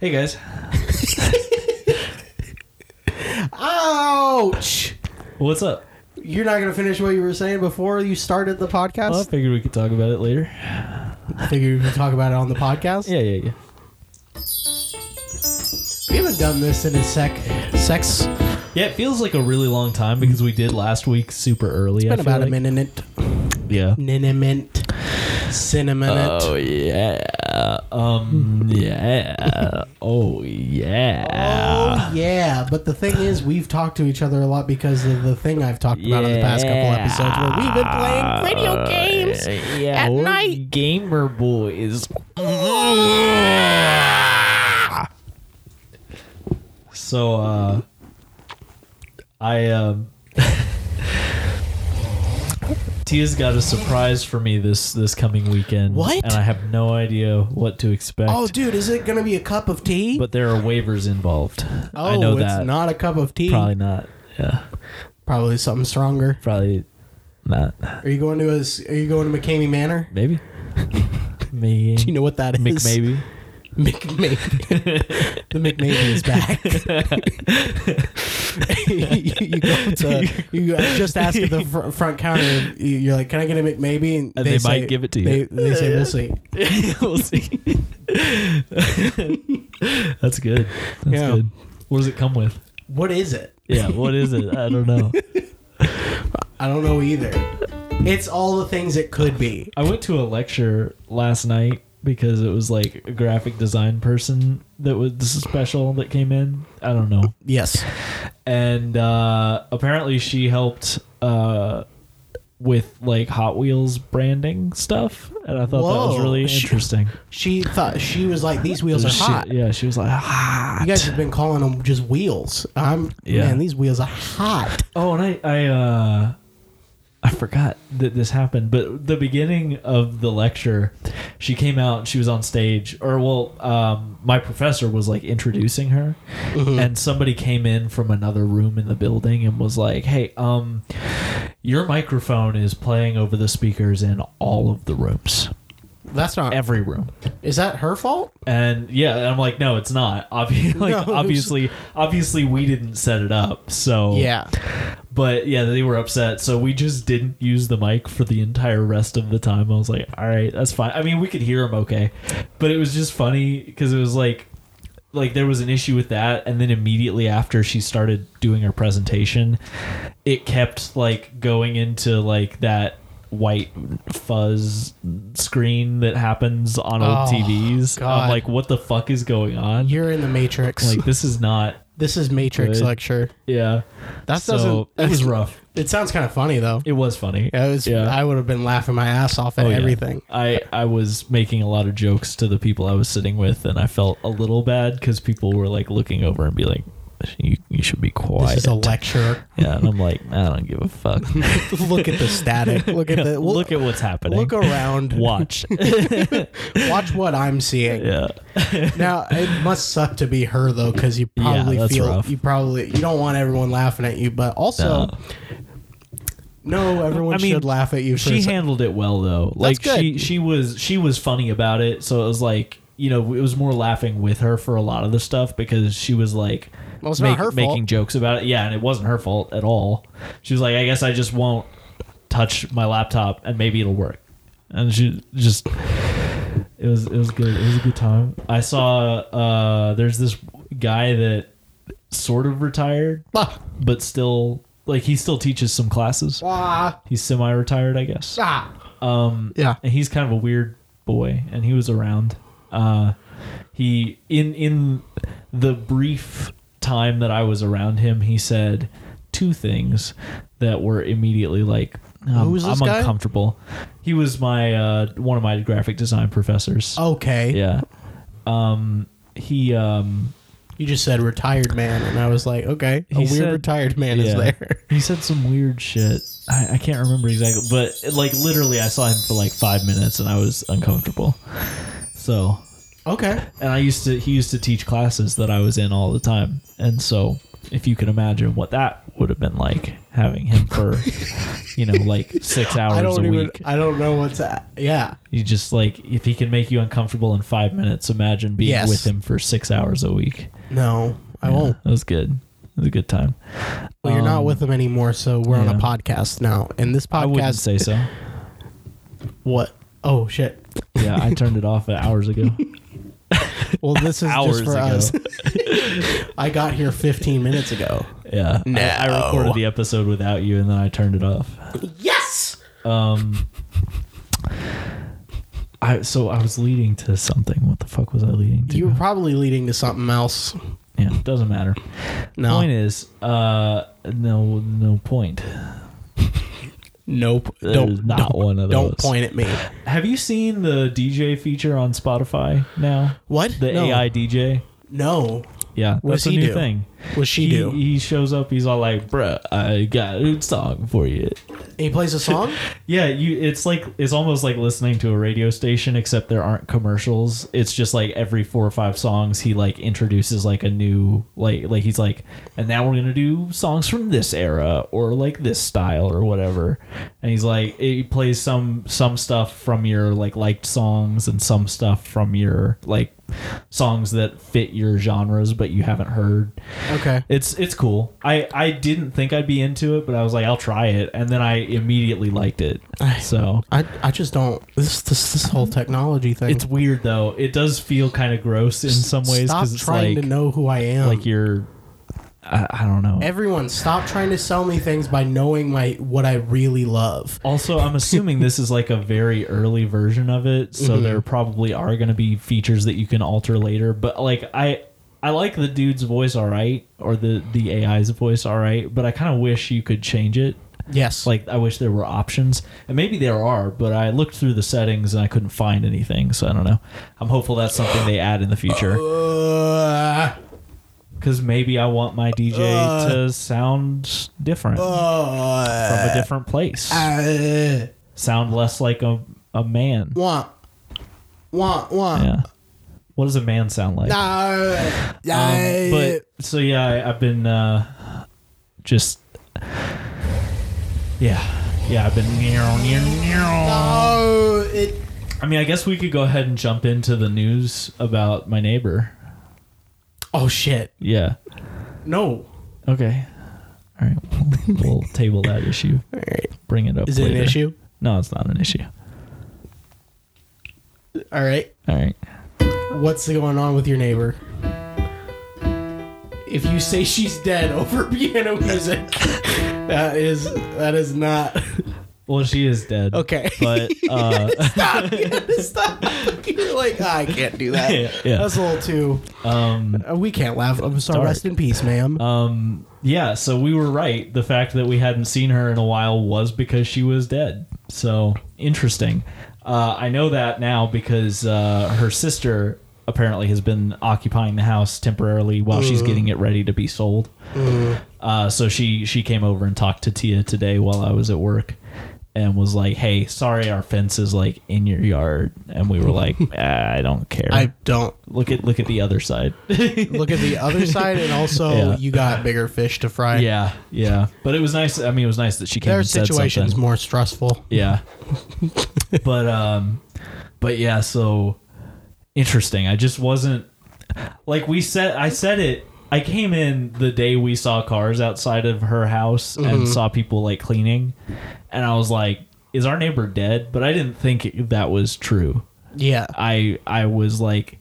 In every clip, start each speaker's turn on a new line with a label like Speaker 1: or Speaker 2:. Speaker 1: Hey guys.
Speaker 2: Ouch!
Speaker 1: What's up?
Speaker 2: You're not gonna finish what you were saying before you started the
Speaker 1: Well, Oh, I
Speaker 2: podcast.
Speaker 1: figured we could talk about it later.
Speaker 2: I figured we could talk about it on the podcast.
Speaker 1: Yeah, yeah, yeah.
Speaker 2: We haven't done this in a sec. Sex.
Speaker 1: Yeah, it feels like a really long time because we did last week super early.
Speaker 2: Been
Speaker 1: I feel
Speaker 2: about a
Speaker 1: like.
Speaker 2: minute.
Speaker 1: Yeah. Oh,
Speaker 2: Niniment. Cinnamon.
Speaker 1: yeah. Um yeah. oh yeah.
Speaker 2: Oh, yeah, but the thing is, we've talked to each other a lot because of the thing I've talked about in the past couple
Speaker 1: Yeah.
Speaker 2: episodes where we've been playing video games.
Speaker 1: yeah,
Speaker 2: at
Speaker 1: we're
Speaker 2: night.
Speaker 1: gamer boys. So uh I um Tia's got a surprise for me this this coming weekend.
Speaker 2: What?
Speaker 1: And I have no idea what to expect.
Speaker 2: Oh, dude, is it gonna be a cup of tea?
Speaker 1: but there are waivers involved.
Speaker 2: oh,
Speaker 1: I know
Speaker 2: it's
Speaker 1: that.
Speaker 2: not a cup of tea.
Speaker 1: Probably not. Yeah.
Speaker 2: Probably something stronger.
Speaker 1: Probably not.
Speaker 2: Are you going to a, s- Are you going to McCamey Manor?
Speaker 1: Maybe. Maybe.
Speaker 2: Do you know what that is?
Speaker 1: McMaybe.
Speaker 2: McMaybe. the McMaybe is back. you, you go to, you just ask at the fr- front counter. you- You're like, "Can I get a McMaybe?"
Speaker 1: And they might give it to you.
Speaker 2: They, they say, "We'll see."
Speaker 1: we'll see. That's good. That's
Speaker 2: Yeah.
Speaker 1: good. What does it come with?
Speaker 2: What is it?
Speaker 1: Yeah, what is it? I don't know.
Speaker 2: I don't know either. It's all the things it could be.
Speaker 1: I went to a lecture last night because it was like a graphic design person that was this is special that came in. I don't know.
Speaker 2: Yes.
Speaker 1: And uh apparently she helped uh with like Hot Wheels branding stuff, and I thought that was
Speaker 2: Whoa.
Speaker 1: really
Speaker 2: She-
Speaker 1: interesting.
Speaker 2: She thought she was like, "These wheels are
Speaker 1: She-
Speaker 2: hot."
Speaker 1: Yeah, she was like,
Speaker 2: You guys have been calling them just wheels. I'm
Speaker 1: Yeah.
Speaker 2: man, these wheels are hot.
Speaker 1: Oh, and I, I, uh, I forgot that this happened, but the beginning of the lecture, she came out and she was on stage, or well, um, my professor was like introducing her,
Speaker 2: Uh-huh.
Speaker 1: and somebody came in from another room in the building and was like, "Hey, um, your microphone is playing over the speakers in all of the rooms,
Speaker 2: That's not.
Speaker 1: every room."
Speaker 2: Is that her fault?
Speaker 1: And yeah, and I'm like, "No, it's not. Obviously,
Speaker 2: No,
Speaker 1: like,
Speaker 2: it's-
Speaker 1: obviously, obviously, we didn't set it up, so
Speaker 2: Yeah.
Speaker 1: but yeah, they were upset, so we just didn't use the mic for the entire rest of the time. I was like, all right, that's fine. I mean, we could hear them okay, but it was just funny because it was like, like there was an issue with that, and then immediately after she started doing her presentation, it kept like going into like that white fuzz screen that happens on old
Speaker 2: Oh,
Speaker 1: TVs.
Speaker 2: God.
Speaker 1: I'm like, what the fuck is going on?
Speaker 2: You're in the Matrix.
Speaker 1: like this is not.
Speaker 2: this is Matrix
Speaker 1: Good.
Speaker 2: lecture.
Speaker 1: Yeah.
Speaker 2: That
Speaker 1: so
Speaker 2: doesn't.
Speaker 1: it was rough.
Speaker 2: It sounds kind of funny though.
Speaker 1: It was funny.
Speaker 2: I was. I would have been laughing my ass off at
Speaker 1: Oh, yeah.
Speaker 2: everything.
Speaker 1: I, I was making a lot of jokes to the people I was sitting with, and I felt a little bad because people were like looking over and be like, "You, you should be quiet."
Speaker 2: This is a lecture.
Speaker 1: yeah, and I'm like, I don't give a fuck.
Speaker 2: look at the static. Look at the. Look,
Speaker 1: look at what's happening.
Speaker 2: look around.
Speaker 1: Watch.
Speaker 2: Watch what I'm seeing.
Speaker 1: yeah.
Speaker 2: Now it must suck to be her though, because you
Speaker 1: Yeah,
Speaker 2: probably
Speaker 1: that's
Speaker 2: feel
Speaker 1: rough.
Speaker 2: you probably you don't want everyone laughing at you, but also. No, everyone
Speaker 1: I mean,
Speaker 2: should laugh at you. For
Speaker 1: She
Speaker 2: a sec-
Speaker 1: handled it well though. Like
Speaker 2: good.
Speaker 1: she she was she was funny about it, so it was like you know it was more laughing with her for a lot of the stuff because she was like
Speaker 2: Well, it's not her fault.
Speaker 1: making jokes about it. Yeah, and it wasn't her fault at all. She was like, I guess I just won't touch my laptop and maybe it'll work. And she just it was it was good. It was a good time. I saw uh there's this guy that sort of retired
Speaker 2: Ah,
Speaker 1: but still like he still teaches some classes.
Speaker 2: ah,
Speaker 1: He's semi-retired, I guess
Speaker 2: ah. Um. Yeah.
Speaker 1: and he's kind of a weird boy and he was around uh he in in the brief time that i was around him he said two things that were immediately like um,
Speaker 2: was this
Speaker 1: i'm
Speaker 2: guy?
Speaker 1: uncomfortable he was my uh one of my graphic design professors
Speaker 2: Oh. Okay.
Speaker 1: yeah um he um
Speaker 2: You just said retired man, and I was like, okay, a
Speaker 1: He
Speaker 2: weird
Speaker 1: said-
Speaker 2: retired man is
Speaker 1: yeah.
Speaker 2: there.
Speaker 1: he said some weird shit I, I can't remember exactly but like literally i saw him for like five minutes and i was uncomfortable so
Speaker 2: okay.
Speaker 1: and I used to he used to teach classes that I was in all the time, and so if you can imagine what that would have been like, having him for you know like six hours
Speaker 2: I don't
Speaker 1: a
Speaker 2: even.
Speaker 1: week.
Speaker 2: I don't know what's. a- Yeah.
Speaker 1: You just like if he can make you uncomfortable in five minutes, imagine being
Speaker 2: Yes.
Speaker 1: with him for six hours a week.
Speaker 2: No, I
Speaker 1: Yeah,
Speaker 2: won't.
Speaker 1: That was good. It was a good time.
Speaker 2: Well, you're not
Speaker 1: Um,
Speaker 2: with them anymore, so we're on
Speaker 1: yeah.
Speaker 2: a podcast now. And this
Speaker 1: I wouldn't
Speaker 2: podcast,
Speaker 1: say so.
Speaker 2: what? Oh shit!
Speaker 1: Yeah, I turned it off hours ago.
Speaker 2: Well, this is
Speaker 1: hours
Speaker 2: just for
Speaker 1: ago.
Speaker 2: us. I got here 15 minutes ago.
Speaker 1: Yeah. I, I recorded
Speaker 2: No.
Speaker 1: the episode without you and then I turned it off.
Speaker 2: Yes.
Speaker 1: Um I so I was leading to something. What the fuck was I leading to?
Speaker 2: You were probably leading to something else.
Speaker 1: yeah, doesn't matter.
Speaker 2: No.
Speaker 1: Point is, uh no no point.
Speaker 2: nope.
Speaker 1: There's
Speaker 2: Don't
Speaker 1: not
Speaker 2: don't,
Speaker 1: one of
Speaker 2: don't
Speaker 1: those.
Speaker 2: point at me.
Speaker 1: Have you seen the DJ feature on Spotify now?
Speaker 2: What?
Speaker 1: The
Speaker 2: no.
Speaker 1: AI DJ?
Speaker 2: No.
Speaker 1: Yeah,
Speaker 2: What
Speaker 1: that's
Speaker 2: does
Speaker 1: a
Speaker 2: he
Speaker 1: new
Speaker 2: do?
Speaker 1: thing.
Speaker 2: What she
Speaker 1: he,
Speaker 2: do? He,
Speaker 1: he shows up. He's all like, "Bruh, I got a song for you."
Speaker 2: plays a song.
Speaker 1: Yeah, you. It's like it's almost like listening to a radio station, except there aren't commercials. It's just like every four or five songs, he like introduces like a new like like he's like, and now we're gonna do songs from this era or like this style or whatever. And he's like, he plays some some stuff from your like liked songs and some stuff from your like songs that fit your genres but you haven't heard.
Speaker 2: okay.
Speaker 1: It's it's cool. I I didn't think I'd be into it, but I was like, I'll try it, and then I immediately liked it. So
Speaker 2: I, I just don't this this this whole technology thing.
Speaker 1: it's weird though. It does feel kind of gross in some ways
Speaker 2: stop
Speaker 1: because it's
Speaker 2: trying
Speaker 1: like
Speaker 2: to know who I am.
Speaker 1: like you're. I, I don't know.
Speaker 2: Everyone, stop trying to sell me things by knowing my what I really love.
Speaker 1: also, I'm assuming this is like a very early version of it, so
Speaker 2: Mm-hmm.
Speaker 1: there probably are going to be features that you can alter later. But like I. I like the dude's voice all right, or the the AI's voice all right, but I kind of wish you could change it
Speaker 2: Yes,
Speaker 1: like I wish there were options, and maybe there are, but I looked through the settings and I couldn't find anything. So I don't know. I'm hopeful that's something they add in the future
Speaker 2: Uh,
Speaker 1: because maybe I want my DJ
Speaker 2: Uh.
Speaker 1: to sound different from
Speaker 2: uh,
Speaker 1: a different place,
Speaker 2: uh,
Speaker 1: sound less like a a man.
Speaker 2: wah, wah, wah.
Speaker 1: Yeah. What does a man sound like?
Speaker 2: Uh,
Speaker 1: Um,
Speaker 2: uh,
Speaker 1: but so yeah, I, I've been uh, just yeah, yeah. I've been.
Speaker 2: oh, it,
Speaker 1: I mean, I guess we could go ahead and jump into the news about my neighbor.
Speaker 2: oh shit!
Speaker 1: Yeah.
Speaker 2: No,
Speaker 1: Okay. All right. We'll, we'll table that issue. All right. Bring it up.
Speaker 2: is it an
Speaker 1: later.
Speaker 2: issue?
Speaker 1: No, it's not an issue.
Speaker 2: All right,
Speaker 1: All right.
Speaker 2: what's going on with your neighbor? If you say she's dead over piano music, that is that is not
Speaker 1: Well, she is dead.
Speaker 2: okay.
Speaker 1: But uh,
Speaker 2: stop. You have to stop. You're like, "Ah, I can't do that.
Speaker 1: Yeah, yeah.
Speaker 2: That's a little too.
Speaker 1: um,
Speaker 2: Uh, we can't laugh. I'm sorry.
Speaker 1: Dark.
Speaker 2: Rest in peace, ma'am.
Speaker 1: um, yeah. So we were right. The fact that we hadn't seen her in a while was because she was dead. So interesting. Uh, I know that now because uh, her sister apparently has been occupying the house temporarily while she's getting it ready to be sold. Uh, so she she came over and talked to Tia today while I was at work, and was like, "Hey, sorry, our fence is like in your yard," and we were like, "Ah, "I don't care.
Speaker 2: I don't
Speaker 1: look at look at the other side."
Speaker 2: look at the other side, and also
Speaker 1: Yeah.
Speaker 2: you got bigger fish to fry.
Speaker 1: yeah, yeah. But it was nice. I mean, it was nice that she came.
Speaker 2: Their
Speaker 1: and said
Speaker 2: situation is
Speaker 1: something.
Speaker 2: more stressful.
Speaker 1: Yeah. but um but yeah, so interesting. I just wasn't like we said I said it I came in the day we saw cars outside of her house and saw people like cleaning and I was like is our neighbor dead? But I didn't think that was true.
Speaker 2: Yeah.
Speaker 1: I I was like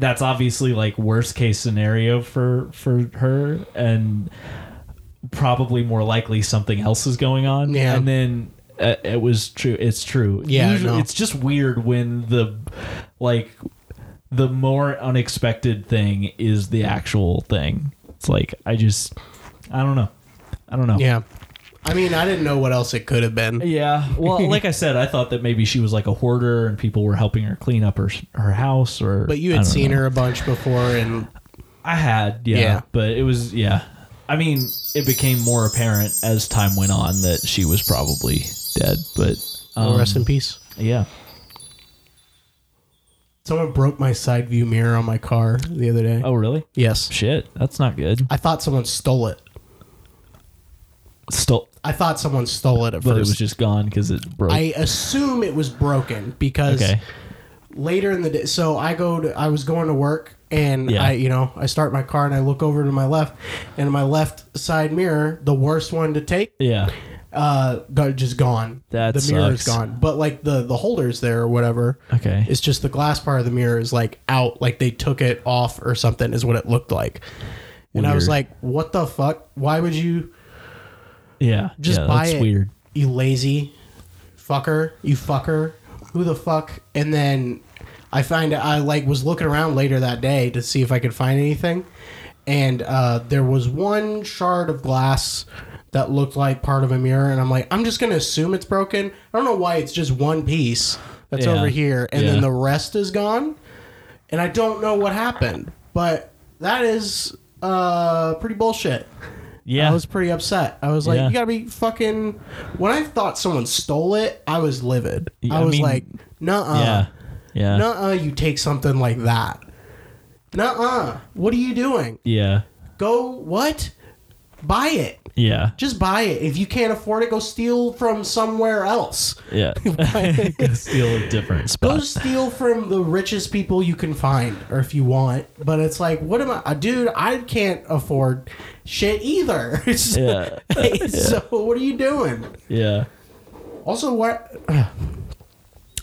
Speaker 1: that's obviously like worst case scenario for for her and probably more likely something else is going on
Speaker 2: Yeah.
Speaker 1: and then uh, it was true it's true
Speaker 2: Yeah,
Speaker 1: Usually-
Speaker 2: no.
Speaker 1: it's just weird when the like the more unexpected thing is the actual thing it's like i just i don't know i don't know
Speaker 2: Yeah. I mean, I didn't know what else it could have been.
Speaker 1: yeah. Well, like I said, I thought that maybe she was like a hoarder and people were helping her clean up her her house or
Speaker 2: But you
Speaker 1: I
Speaker 2: had
Speaker 1: don't
Speaker 2: seen
Speaker 1: know.
Speaker 2: her a bunch before, and
Speaker 1: I had, yeah,
Speaker 2: Yeah.
Speaker 1: But it was yeah. I mean, it became more apparent as time went on that she was probably dead, but um,
Speaker 2: rest in peace.
Speaker 1: yeah.
Speaker 2: Someone broke my side view mirror on my car the other day.
Speaker 1: Oh, really?
Speaker 2: Yes.
Speaker 1: Shit. That's not good.
Speaker 2: I thought someone stole it.
Speaker 1: stole,
Speaker 2: I thought someone stole it at
Speaker 1: but
Speaker 2: first.
Speaker 1: it was just gone because it broke.
Speaker 2: I assume it was broken because
Speaker 1: okay,
Speaker 2: later in the day. So I go to, I was going to work and
Speaker 1: Yeah.
Speaker 2: I, you know, I start my car and I look over to my left and my left side mirror, the worst one to take,
Speaker 1: yeah,
Speaker 2: uh, got just gone.
Speaker 1: That
Speaker 2: the mirror is
Speaker 1: sucks.
Speaker 2: gone, but like the, the holder's there or whatever.
Speaker 1: okay.
Speaker 2: It's just the glass part of the mirror is like out, like they took it off or something is what it looked like. And I was
Speaker 1: Weird.
Speaker 2: like, what the fuck? Why would you,
Speaker 1: yeah,
Speaker 2: just
Speaker 1: yeah,
Speaker 2: buy
Speaker 1: that's
Speaker 2: it.
Speaker 1: Weird.
Speaker 2: you lazy fucker, you fucker, who the fuck? And then I find I like was looking around later that day to see if I could find anything, and uh, there was one shard of glass that looked like part of a mirror, and I'm like, I'm just gonna assume it's broken. I don't know why it's just one piece that's
Speaker 1: Yeah.
Speaker 2: over here, and then
Speaker 1: Yeah.
Speaker 2: the rest is gone, and I don't know what happened, but that is uh, pretty bullshit.
Speaker 1: Yeah,
Speaker 2: I was pretty upset. I was like,
Speaker 1: Yeah.
Speaker 2: you gotta be fucking. When I thought someone stole it, I was livid.
Speaker 1: Yeah,
Speaker 2: I
Speaker 1: I
Speaker 2: was
Speaker 1: mean-
Speaker 2: like, nuh uh.
Speaker 1: yeah, yeah,
Speaker 2: Nuh uh, you take something like that. Nuh uh. What are you doing?
Speaker 1: yeah,
Speaker 2: Go what? Buy it.
Speaker 1: yeah,
Speaker 2: Just buy it. If you can't afford it, go steal from somewhere else.
Speaker 1: yeah. Steal a different
Speaker 2: Go
Speaker 1: spot.
Speaker 2: steal from the richest people you can find, or if you want. But it's like, what am I, uh, dude? I can't afford shit either. It's-
Speaker 1: Yeah,
Speaker 2: So what are you doing?
Speaker 1: yeah.
Speaker 2: Also, what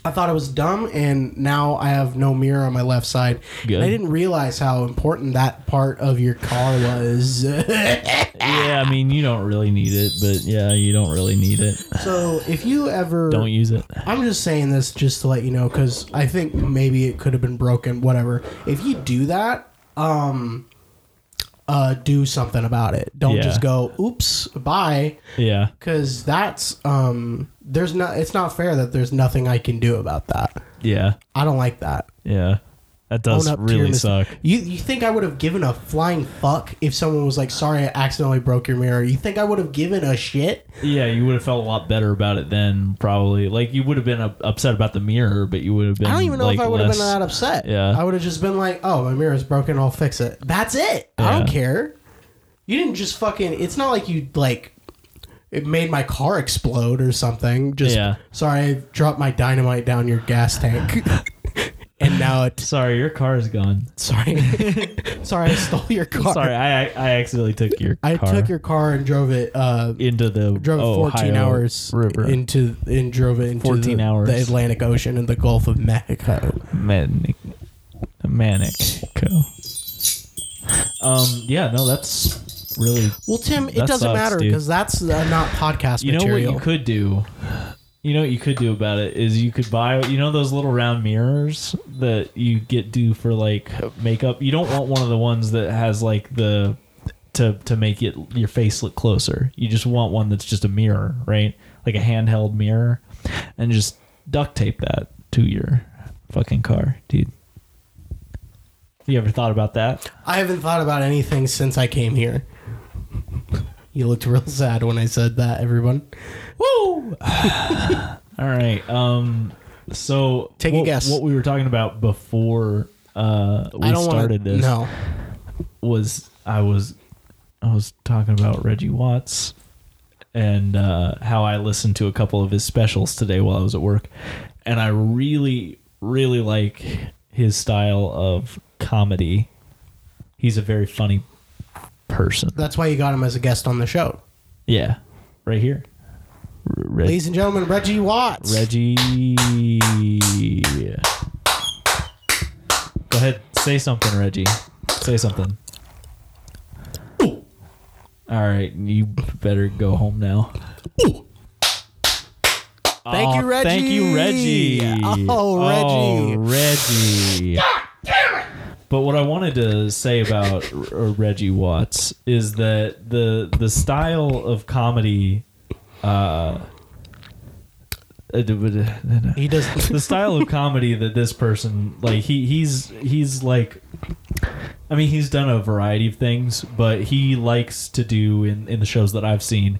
Speaker 2: I thought it was dumb, and now I have no mirror on my left side.
Speaker 1: Good.
Speaker 2: And I didn't realize how important that part of your car was.
Speaker 1: Yeah, I mean, you don't really need it, but yeah, you don't really need it.
Speaker 2: so, if you ever,
Speaker 1: Don't use it.
Speaker 2: I'm just saying this just to let you know because I think maybe it could have been broken. Whatever. If you do that, um, uh, do something about it. Don't
Speaker 1: Yeah.
Speaker 2: just go, "Oops, bye,"
Speaker 1: Yeah,
Speaker 2: because that's um, there's not. It's not fair that there's nothing I can do about that.
Speaker 1: yeah,
Speaker 2: I don't like that.
Speaker 1: yeah. That
Speaker 2: Own
Speaker 1: does
Speaker 2: up to your
Speaker 1: really
Speaker 2: mis-
Speaker 1: suck.
Speaker 2: You you think I would have given a flying fuck if someone was like, "Sorry, I accidentally broke your mirror." You think I would have given a shit?
Speaker 1: Yeah, you would have felt a lot better about it then, probably. Like you would have been up- upset about the mirror, but you would have been.
Speaker 2: I don't even know
Speaker 1: like,
Speaker 2: if I would have been
Speaker 1: less-
Speaker 2: that upset.
Speaker 1: Yeah.
Speaker 2: I would have just been like, "Oh, my mirror's broken. I'll fix it." That's it. I don't
Speaker 1: Yeah.
Speaker 2: care. You didn't just fucking. It's not like you like. It made my car explode or something. Just
Speaker 1: Yeah.
Speaker 2: sorry, I dropped my dynamite down your gas tank, and now it.
Speaker 1: Sorry, your car is gone.
Speaker 2: Sorry, sorry, I stole your car.
Speaker 1: Sorry, I I accidentally took your.
Speaker 2: I
Speaker 1: car
Speaker 2: took your car and drove it. Uh,
Speaker 1: into the
Speaker 2: drove it 14
Speaker 1: Oh, Ohio
Speaker 2: hours
Speaker 1: river
Speaker 2: into and drove it into
Speaker 1: 14
Speaker 2: the,
Speaker 1: hours.
Speaker 2: the Atlantic Ocean and the Gulf of Mexico.
Speaker 1: manic manico. Um. Yeah. No. That's really.
Speaker 2: Well, Tim, it
Speaker 1: That
Speaker 2: doesn't
Speaker 1: sucks,
Speaker 2: matter
Speaker 1: dude.
Speaker 2: because that's uh, not podcast
Speaker 1: You know
Speaker 2: material.
Speaker 1: what you could do. You know what you could do about it is you could buy you know those little round mirrors that you get do for like makeup. You don't want one of the ones that has like the to to make it your face look closer. You just want one that's just a mirror, right? Like a handheld mirror, and just duct tape that to your fucking car, dude. You ever thought about that?
Speaker 2: I haven't thought about anything since I came here. you looked real sad when I said that, everyone. Woo!
Speaker 1: All right. Um. So
Speaker 2: Take a
Speaker 1: what-
Speaker 2: guess.
Speaker 1: What we were talking about before uh we
Speaker 2: I don't want to.
Speaker 1: started this
Speaker 2: No.
Speaker 1: was I was I was talking about Reggie Watts and uh, how I listened to a couple of his specials today while I was at work, and I really really like his style of comedy. He's a very funny person.
Speaker 2: That's why you got him as a guest on the show.
Speaker 1: Yeah, right here. R- Reg-
Speaker 2: Ladies and gentlemen, Reggie Watts.
Speaker 1: Reggie. Go ahead, say something, Reggie. Say something. All right, you better go home now.
Speaker 2: Thank you,
Speaker 1: Aw, Thank you,
Speaker 2: Reggie.
Speaker 1: Reggie.
Speaker 2: Oh, Reggie.
Speaker 1: Reggie. But what I wanted to say about R- uh, Reggie Watts is that the the style of comedy, uh, uh, d- d- d- d-
Speaker 2: He does.
Speaker 1: the style of comedy that this person like he he's he's like I mean he's done a variety of things, but he likes to do in, in the shows that I've seen,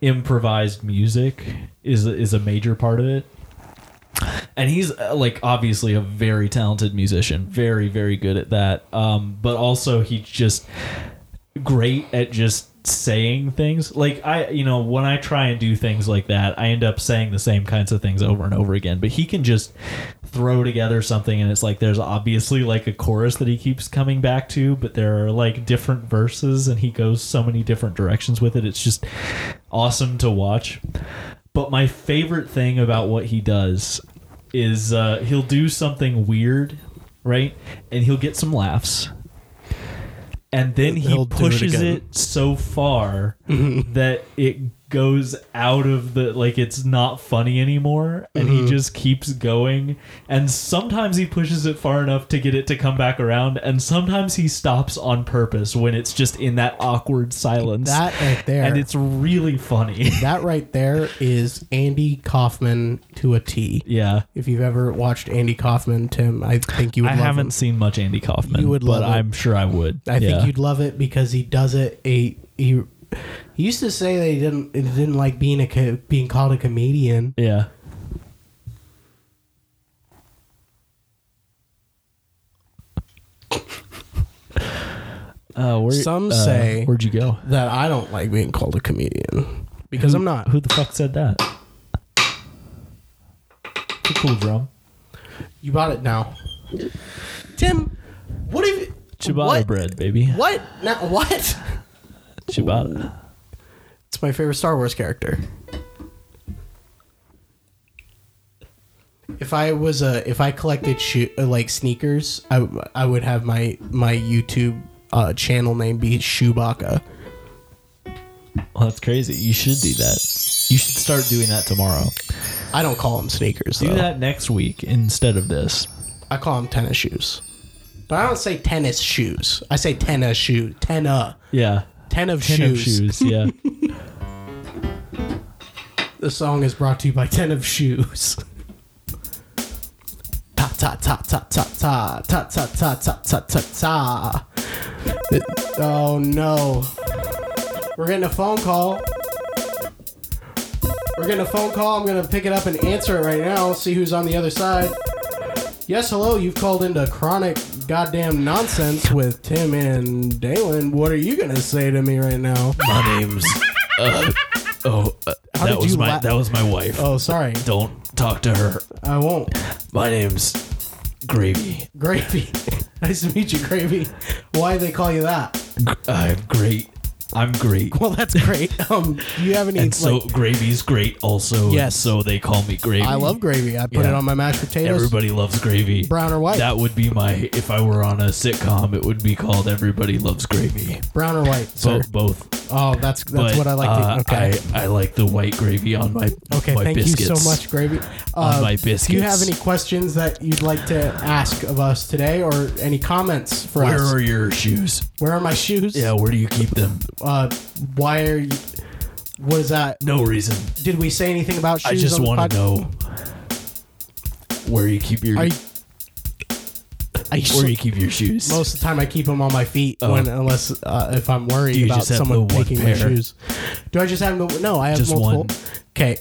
Speaker 1: improvised music is is a major part of it. And he's uh, like obviously a very talented musician, very very good at that. Um, but also he just great at just saying things like I you know when I try and do things like that I end up saying the same kinds of things over and over again but he can just throw together something and it's like there's obviously like a chorus that he keeps coming back to but there are like different verses and he goes so many different directions with it it's just awesome to watch but my favorite thing about what he does is uh, he'll do something weird right and he'll get some laughs and then he
Speaker 3: He'll do it
Speaker 1: pushes
Speaker 3: again.
Speaker 1: it so far that it goes out of the like it's not funny anymore and
Speaker 3: Mm-hmm.
Speaker 1: he just keeps going and sometimes he pushes it far enough to get it to come back around and sometimes he stops on purpose when it's just in that awkward silence
Speaker 2: That right there.
Speaker 1: and it's really funny
Speaker 2: that right there is Andy Kaufman to a T.
Speaker 1: yeah
Speaker 2: If you've ever watched Andy Kaufman, Tim, I think you would
Speaker 1: I
Speaker 2: love him.
Speaker 1: haven't seen much Andy Kaufman
Speaker 2: You would
Speaker 1: but
Speaker 2: love it.
Speaker 1: I'm sure I would
Speaker 2: I
Speaker 1: Yeah.
Speaker 2: think you'd love it because he does it. A he, he used to say that he didn't he didn't like being a co- being called a comedian.
Speaker 1: yeah Uh, where,
Speaker 2: Some
Speaker 1: uh,
Speaker 2: say-
Speaker 1: where'd you go?
Speaker 2: That I don't like being called a comedian because I'm not.
Speaker 1: Who the fuck said that? It's a cool drum.
Speaker 2: You bought it now, Tim. What if
Speaker 1: Ciabatta
Speaker 2: what?
Speaker 1: bread, baby.
Speaker 2: What now? What?
Speaker 1: Ciabatta.
Speaker 2: It's my favorite Star Wars character. If I was a, if I collected shoe, uh, like sneakers, I, w- I would have my my YouTube uh, channel name be Shoebaka.
Speaker 1: Well, that's crazy. You should do that. You should start doing that tomorrow.
Speaker 2: I don't call them sneakers.
Speaker 1: Do
Speaker 2: though.
Speaker 1: that next week instead of this.
Speaker 2: I call them tennis shoes, but I don't say tennis shoes. I say tennis shoe, tenna,
Speaker 1: Yeah.
Speaker 2: ten of
Speaker 1: Ten
Speaker 2: shoes.
Speaker 1: of shoes. Yeah.
Speaker 2: The song is brought to you by Ten of Shoes. Ta ta ta ta ta ta ta ta ta ta ta ta ta. It- Oh no. We're getting a phone call. We're getting a phone call. I'm gonna pick it up and answer it right now. See who's on the other side. Yes, hello. You've called into chronic goddamn nonsense with Tim and Dalen. What are you gonna say to me right now?
Speaker 1: My name's. oh,
Speaker 2: that
Speaker 1: that
Speaker 2: did was
Speaker 1: was
Speaker 2: you
Speaker 1: my
Speaker 2: my- la-
Speaker 1: that
Speaker 2: that
Speaker 1: was my wife.
Speaker 2: Oh, sorry.
Speaker 1: Don't talk to her.
Speaker 2: I won't.
Speaker 1: My name's Gravy.
Speaker 2: Gravy. nice to meet you, Gravy. Why they call you that?
Speaker 1: I'm uh, great. I'm great.
Speaker 2: Well, that's great. Um, do you have any?
Speaker 1: And so
Speaker 2: like,
Speaker 1: Gravy's great also. and
Speaker 2: Yes.
Speaker 1: So they call me Gravy.
Speaker 2: I love gravy. I put
Speaker 1: Yeah.
Speaker 2: it on my mashed potatoes.
Speaker 1: Everybody loves gravy.
Speaker 2: Brown or white?
Speaker 1: That would be my if I were on a sitcom, it would be called Everybody Loves Gravy.
Speaker 2: Brown or white,
Speaker 1: So
Speaker 2: sir.
Speaker 1: both.
Speaker 2: oh, that's that's
Speaker 1: but,
Speaker 2: what I like.
Speaker 1: uh,
Speaker 2: to, okay.
Speaker 1: I, I like the white gravy on my
Speaker 2: okay.
Speaker 1: my
Speaker 2: Thank
Speaker 1: biscuits.
Speaker 2: you so much, gravy. Uh,
Speaker 1: On my
Speaker 2: Do you have
Speaker 1: biscuits.
Speaker 2: any questions that you'd like to ask of us today, or any comments for
Speaker 1: Where
Speaker 2: us?
Speaker 1: are your shoes?
Speaker 2: where are my shoes?
Speaker 1: Yeah, where do you keep them?
Speaker 2: Uh, why are you? What is that?
Speaker 1: No reason.
Speaker 2: Did we say anything about shoes?
Speaker 1: I just
Speaker 2: on the
Speaker 1: want
Speaker 2: pod-
Speaker 1: to know where you keep your
Speaker 2: Are you? Are you
Speaker 1: where you keep your shoes.
Speaker 2: Most of the time, I keep them on my feet when, unless uh, if I'm worried
Speaker 1: Do Oh. you
Speaker 2: about
Speaker 1: just have
Speaker 2: someone
Speaker 1: the one
Speaker 2: taking my
Speaker 1: pair?
Speaker 2: shoes. Do I just have the? No, I have
Speaker 1: Just
Speaker 2: multiple.
Speaker 1: one.
Speaker 2: Okay,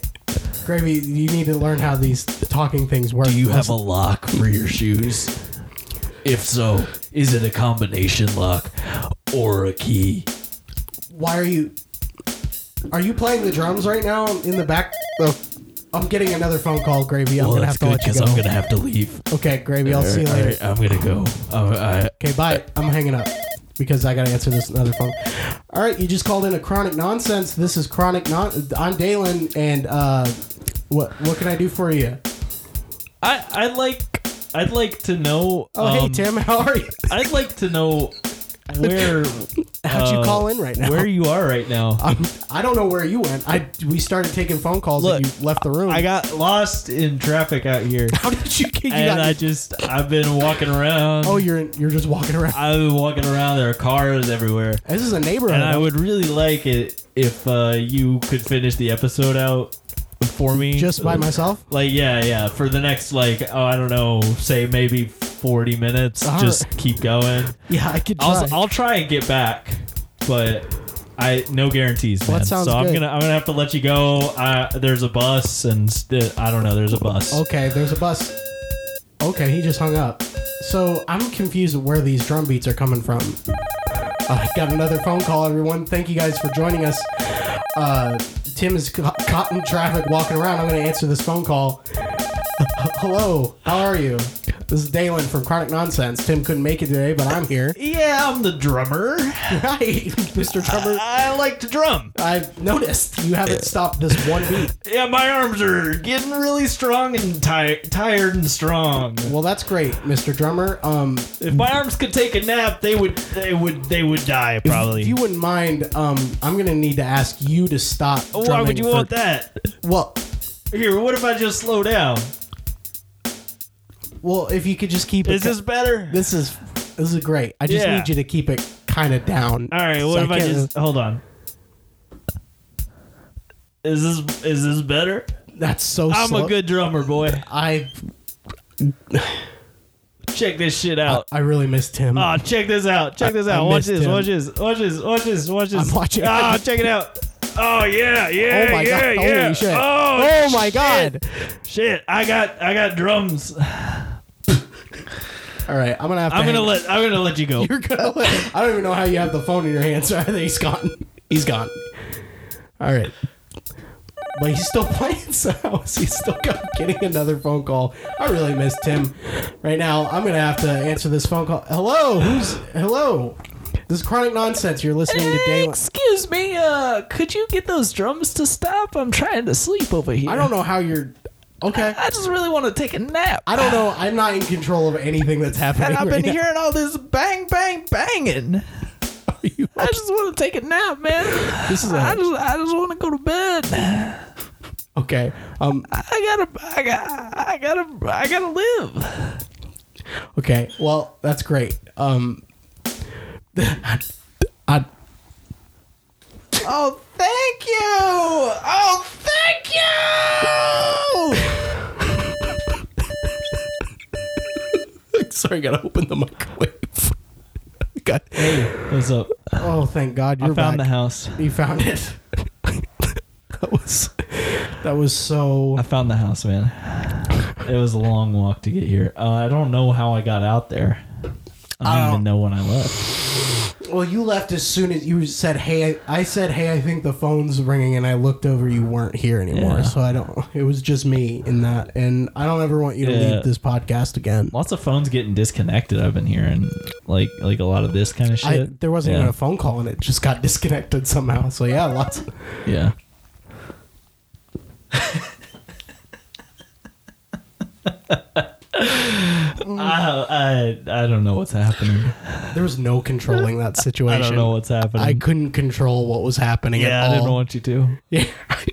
Speaker 2: Gravy, you need to learn how these talking things work.
Speaker 1: Do you have a lock for your shoes? If so, is it a combination lock or a key?
Speaker 2: Why are you? Are you playing the drums right now in the back? Oh, I'm getting another phone call, Gravy. I'm
Speaker 1: Well,
Speaker 2: gonna have
Speaker 1: that's
Speaker 2: to
Speaker 1: good
Speaker 2: let you
Speaker 1: because
Speaker 2: go.
Speaker 1: I'm gonna have to leave.
Speaker 2: Okay, Gravy, I'll see you
Speaker 1: All
Speaker 2: later.
Speaker 1: right, I'm gonna go. Uh, I,
Speaker 2: Okay, bye. I'm hanging up because I gotta answer this another phone. All right, you just called in a chronic nonsense. This is chronic non. I'm Dalen, and uh, what what can I do for you?
Speaker 1: I, I'd like, I'd like to know.
Speaker 2: Oh, hey
Speaker 1: um,
Speaker 2: Tim, how are you?
Speaker 1: I'd like to know where.
Speaker 2: How'd you
Speaker 1: uh,
Speaker 2: call in right now?
Speaker 1: Where you are right now?
Speaker 2: I'm, I don't know where you went. I we started taking phone calls and
Speaker 1: Look,
Speaker 2: you left the room.
Speaker 1: I got lost in traffic out here,
Speaker 2: How did you get? You
Speaker 1: and
Speaker 2: got,
Speaker 1: I just I've been walking around.
Speaker 2: oh, you're in, you're just walking around.
Speaker 1: I've been walking around. There are cars everywhere.
Speaker 2: this is a neighborhood.
Speaker 1: And I would really like it if uh, you could finish the episode out for me.
Speaker 2: just by myself.
Speaker 1: Like, yeah, yeah. For the next, like, oh, I don't know, say maybe 40 minutes.
Speaker 2: All
Speaker 1: just keep going.
Speaker 2: Yeah, I could.
Speaker 1: I'll,
Speaker 2: try.
Speaker 1: I'll try and get back, but. I no guarantees, man.
Speaker 2: that sounds
Speaker 1: so I'm
Speaker 2: good.
Speaker 1: gonna I'm gonna have to let you go. I, there's a bus, and st- I don't know. There's a bus.
Speaker 2: Okay, there's a bus. Okay, he just hung up. So I'm confused at where these drum beats are coming from. Uh, got another phone call, everyone. Thank you guys for joining us. Uh, Tim is ca- caught in traffic walking around. I'm going to answer this phone call. Hello, how are you? This is Dalen from Chronic Nonsense. Tim couldn't make it today, but I'm here.
Speaker 1: Yeah, I'm the drummer.
Speaker 2: Hi, Mr. Trevor.
Speaker 1: I like to drum.
Speaker 2: I've noticed you haven't stopped this one beat.
Speaker 1: Yeah, my arms are getting really strong and ti- tired and strong.
Speaker 2: Well, that's great, Mr. Drummer. Um,
Speaker 1: If my arms could take a nap, they would they would they would die probably.
Speaker 2: if you wouldn't mind, um, I'm gonna need to ask you to stop.
Speaker 1: Why
Speaker 2: drumming
Speaker 1: would you
Speaker 2: for-
Speaker 1: want that?
Speaker 2: Well,
Speaker 1: Here, what if I just slow down?
Speaker 2: well, if you could just keep
Speaker 1: Is
Speaker 2: it.
Speaker 1: this better?
Speaker 2: this is this is great. I just
Speaker 1: Yeah.
Speaker 2: need you to keep it kind of down.
Speaker 1: All right, what
Speaker 2: So
Speaker 1: if I
Speaker 2: can't-
Speaker 1: just hold on? Is this is this better?
Speaker 2: That's so.
Speaker 1: I'm
Speaker 2: slow.
Speaker 1: a good drummer, boy.
Speaker 2: I
Speaker 1: Check this shit out.
Speaker 2: I really missed Tim.
Speaker 1: Oh, check this out. Check this
Speaker 2: I- I
Speaker 1: out. watch
Speaker 2: missed
Speaker 1: this.
Speaker 2: him.
Speaker 1: Watch this. Watch this. Watch this. Watch this.
Speaker 2: I'm watching.
Speaker 1: Ah, check it out. Oh yeah, yeah,
Speaker 2: Oh my
Speaker 1: yeah,
Speaker 2: god!
Speaker 1: yeah.
Speaker 2: Holy shit!
Speaker 1: Oh,
Speaker 2: Oh my god!
Speaker 1: shit! I got, I got drums.
Speaker 2: All right, I'm gonna have to.
Speaker 1: I'm gonna
Speaker 2: hang-
Speaker 1: let, I'm gonna let you go.
Speaker 2: You're gonna let. I don't even know how you have the phone in your hand, so I think he's gone. He's gone. All right. But he's still playing, so how is he still go- getting another phone call? I really miss Tim. Right now, I'm gonna have to answer this phone call. Hello, who's hello? This is chronic nonsense. You're listening to Day.
Speaker 1: Excuse me. Uh, could you get those drums to stop? I'm trying to sleep over here.
Speaker 2: I don't know how you're. Okay.
Speaker 1: just really want to take a nap.
Speaker 2: I don't know. I'm not in control of anything that's happening. right now.
Speaker 1: hearing all this bang, bang, banging.
Speaker 2: You-
Speaker 1: I just want to take a nap, man.
Speaker 2: This is a- I
Speaker 1: just, I just want to go to bed.
Speaker 2: Okay. Um.
Speaker 1: I gotta, I got, I gotta, I gotta live.
Speaker 2: Okay. Well, that's great. Um. I,
Speaker 1: Oh, thank you. Oh, thank you.
Speaker 2: Sorry, I gotta open the microwave. God.
Speaker 1: What's up?
Speaker 2: Oh, thank God you're
Speaker 1: I found the
Speaker 2: back.
Speaker 1: house.
Speaker 2: You found it. that was that was so.
Speaker 1: I found the house, man. It was a long walk to get here. Uh, I don't know how I got out there. I don't
Speaker 2: Oh.
Speaker 1: even know when I left.
Speaker 2: Well, you left as soon as you said, "Hey." I, I said, "Hey." I think the phone's ringing, and I looked over. You weren't here anymore,
Speaker 1: Yeah.
Speaker 2: so I don't. It was just me in that, and I don't ever want you to
Speaker 1: Yeah.
Speaker 2: leave this podcast again.
Speaker 1: Lots of phones getting disconnected. I've been hearing like like a lot of this kind of shit.
Speaker 2: I, there wasn't
Speaker 1: yeah.
Speaker 2: even a phone call, and it just got disconnected somehow. So yeah, lots.
Speaker 1: Yeah. I, I I don't know what's happening.
Speaker 2: There was no controlling that
Speaker 1: I
Speaker 2: situation.
Speaker 1: don't know what's happening.
Speaker 2: I couldn't control what was happening.
Speaker 1: yeah,
Speaker 2: at
Speaker 1: I didn't
Speaker 2: all.
Speaker 1: want you to.
Speaker 2: Yeah.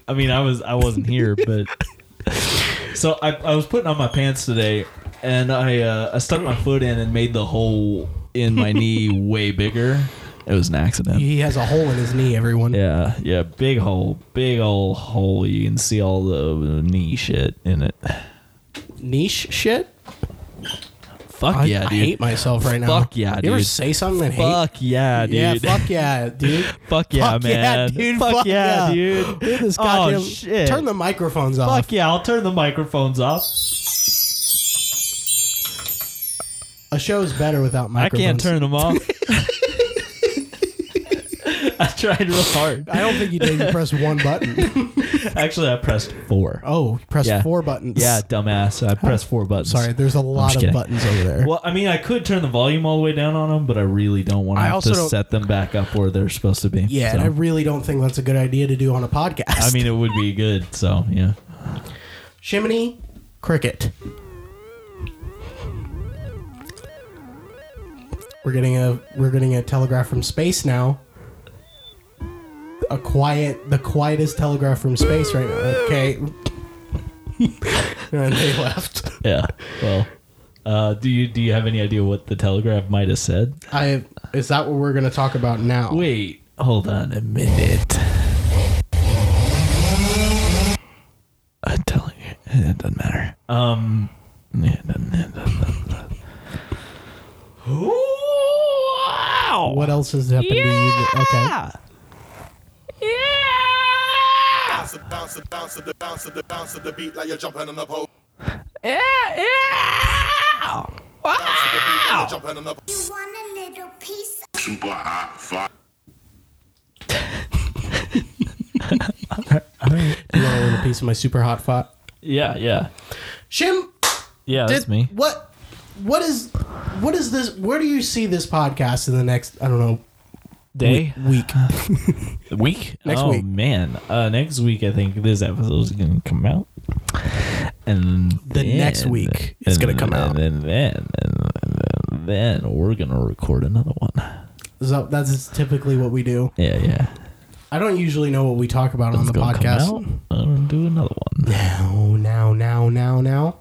Speaker 1: I mean, I was I wasn't here, but so I, I was putting on my pants today, and I uh, I stuck my foot in and made the hole in my knee way bigger. It was an accident.
Speaker 2: He has a hole in his knee, everyone.
Speaker 1: Yeah, yeah, big hole, big old hole. You can see all the knee shit in it.
Speaker 2: Niche shit?
Speaker 1: Fuck
Speaker 2: I,
Speaker 1: yeah,
Speaker 2: I
Speaker 1: dude.
Speaker 2: hate myself right now.
Speaker 1: Fuck yeah,
Speaker 2: You ever
Speaker 1: dude.
Speaker 2: say something and
Speaker 1: fuck yeah,
Speaker 2: hate?
Speaker 1: dude.
Speaker 2: Yeah, fuck yeah, dude.
Speaker 1: Fuck yeah,
Speaker 2: Fuck yeah,
Speaker 1: man.
Speaker 2: dude.
Speaker 1: Fuck,
Speaker 2: Fuck
Speaker 1: yeah,
Speaker 2: yeah.
Speaker 1: dude.
Speaker 2: Look at this
Speaker 1: Oh,
Speaker 2: goddamn-
Speaker 1: shit.
Speaker 2: Turn the microphones off.
Speaker 1: Fuck yeah, I'll turn the microphones off.
Speaker 2: A show's better without
Speaker 1: I
Speaker 2: microphones.
Speaker 1: can't turn them off. I tried real hard.
Speaker 2: I don't think you did. You pressed one button.
Speaker 1: Actually, I pressed four.
Speaker 2: Oh, you pressed
Speaker 1: Yeah.
Speaker 2: four buttons.
Speaker 1: Yeah, dumbass. I pressed four buttons.
Speaker 2: Sorry, there's a lot
Speaker 1: just
Speaker 2: of
Speaker 1: kidding.
Speaker 2: buttons over there.
Speaker 1: Well, I mean, I could turn the volume all the way down on them, but I really don't want to
Speaker 2: I
Speaker 1: have
Speaker 2: also
Speaker 1: to
Speaker 2: don't-
Speaker 1: set them back up where they're supposed to be.
Speaker 2: yeah,
Speaker 1: So,
Speaker 2: and I really don't think that's a good idea to do on a podcast.
Speaker 1: I mean, it would be good. So, yeah.
Speaker 2: Shimony cricket. We're getting a we're getting a telegraph from space now. A quiet, the quietest telegraph from space right now. Okay, and they left.
Speaker 1: Yeah. Well, uh, do you do you have any idea what the telegraph might have said?
Speaker 2: I is that what we're gonna talk about now?
Speaker 1: Wait, hold on a minute. I'm telling you, it doesn't matter. Um, yeah, it doesn't, it doesn't, it doesn't. Wow!
Speaker 2: What else has happened to you? that- Okay.
Speaker 1: Yeah!
Speaker 3: bounce, bounce, bounce, the bounce, the bounce, the beat like you're jumping on the pole.
Speaker 1: Yeah! Yeah! Wow!
Speaker 3: Jumping on the
Speaker 4: You want a little piece super hot fire.
Speaker 2: You want a little piece of my super hot fought?
Speaker 1: Yeah, yeah,
Speaker 2: Shim,
Speaker 1: yeah. That's
Speaker 2: did-
Speaker 1: me.
Speaker 2: What? What is? What is this? Where do you see this podcast in the next? I don't know.
Speaker 1: Day
Speaker 2: Week.
Speaker 1: week
Speaker 2: Next
Speaker 1: oh,
Speaker 2: week.
Speaker 1: man, uh, next week I think this episode is gonna come out, and
Speaker 2: The
Speaker 1: then-
Speaker 2: next week it's gonna
Speaker 1: and-
Speaker 2: come out.
Speaker 1: and then and then, then we're gonna record another one.
Speaker 2: So that's typically what we do.
Speaker 1: Yeah, yeah.
Speaker 2: I don't usually know what we talk about on
Speaker 1: It's
Speaker 2: the
Speaker 1: gonna
Speaker 2: podcast.
Speaker 1: come out. I'm gonna do another one.
Speaker 2: Now, now, now, now, now.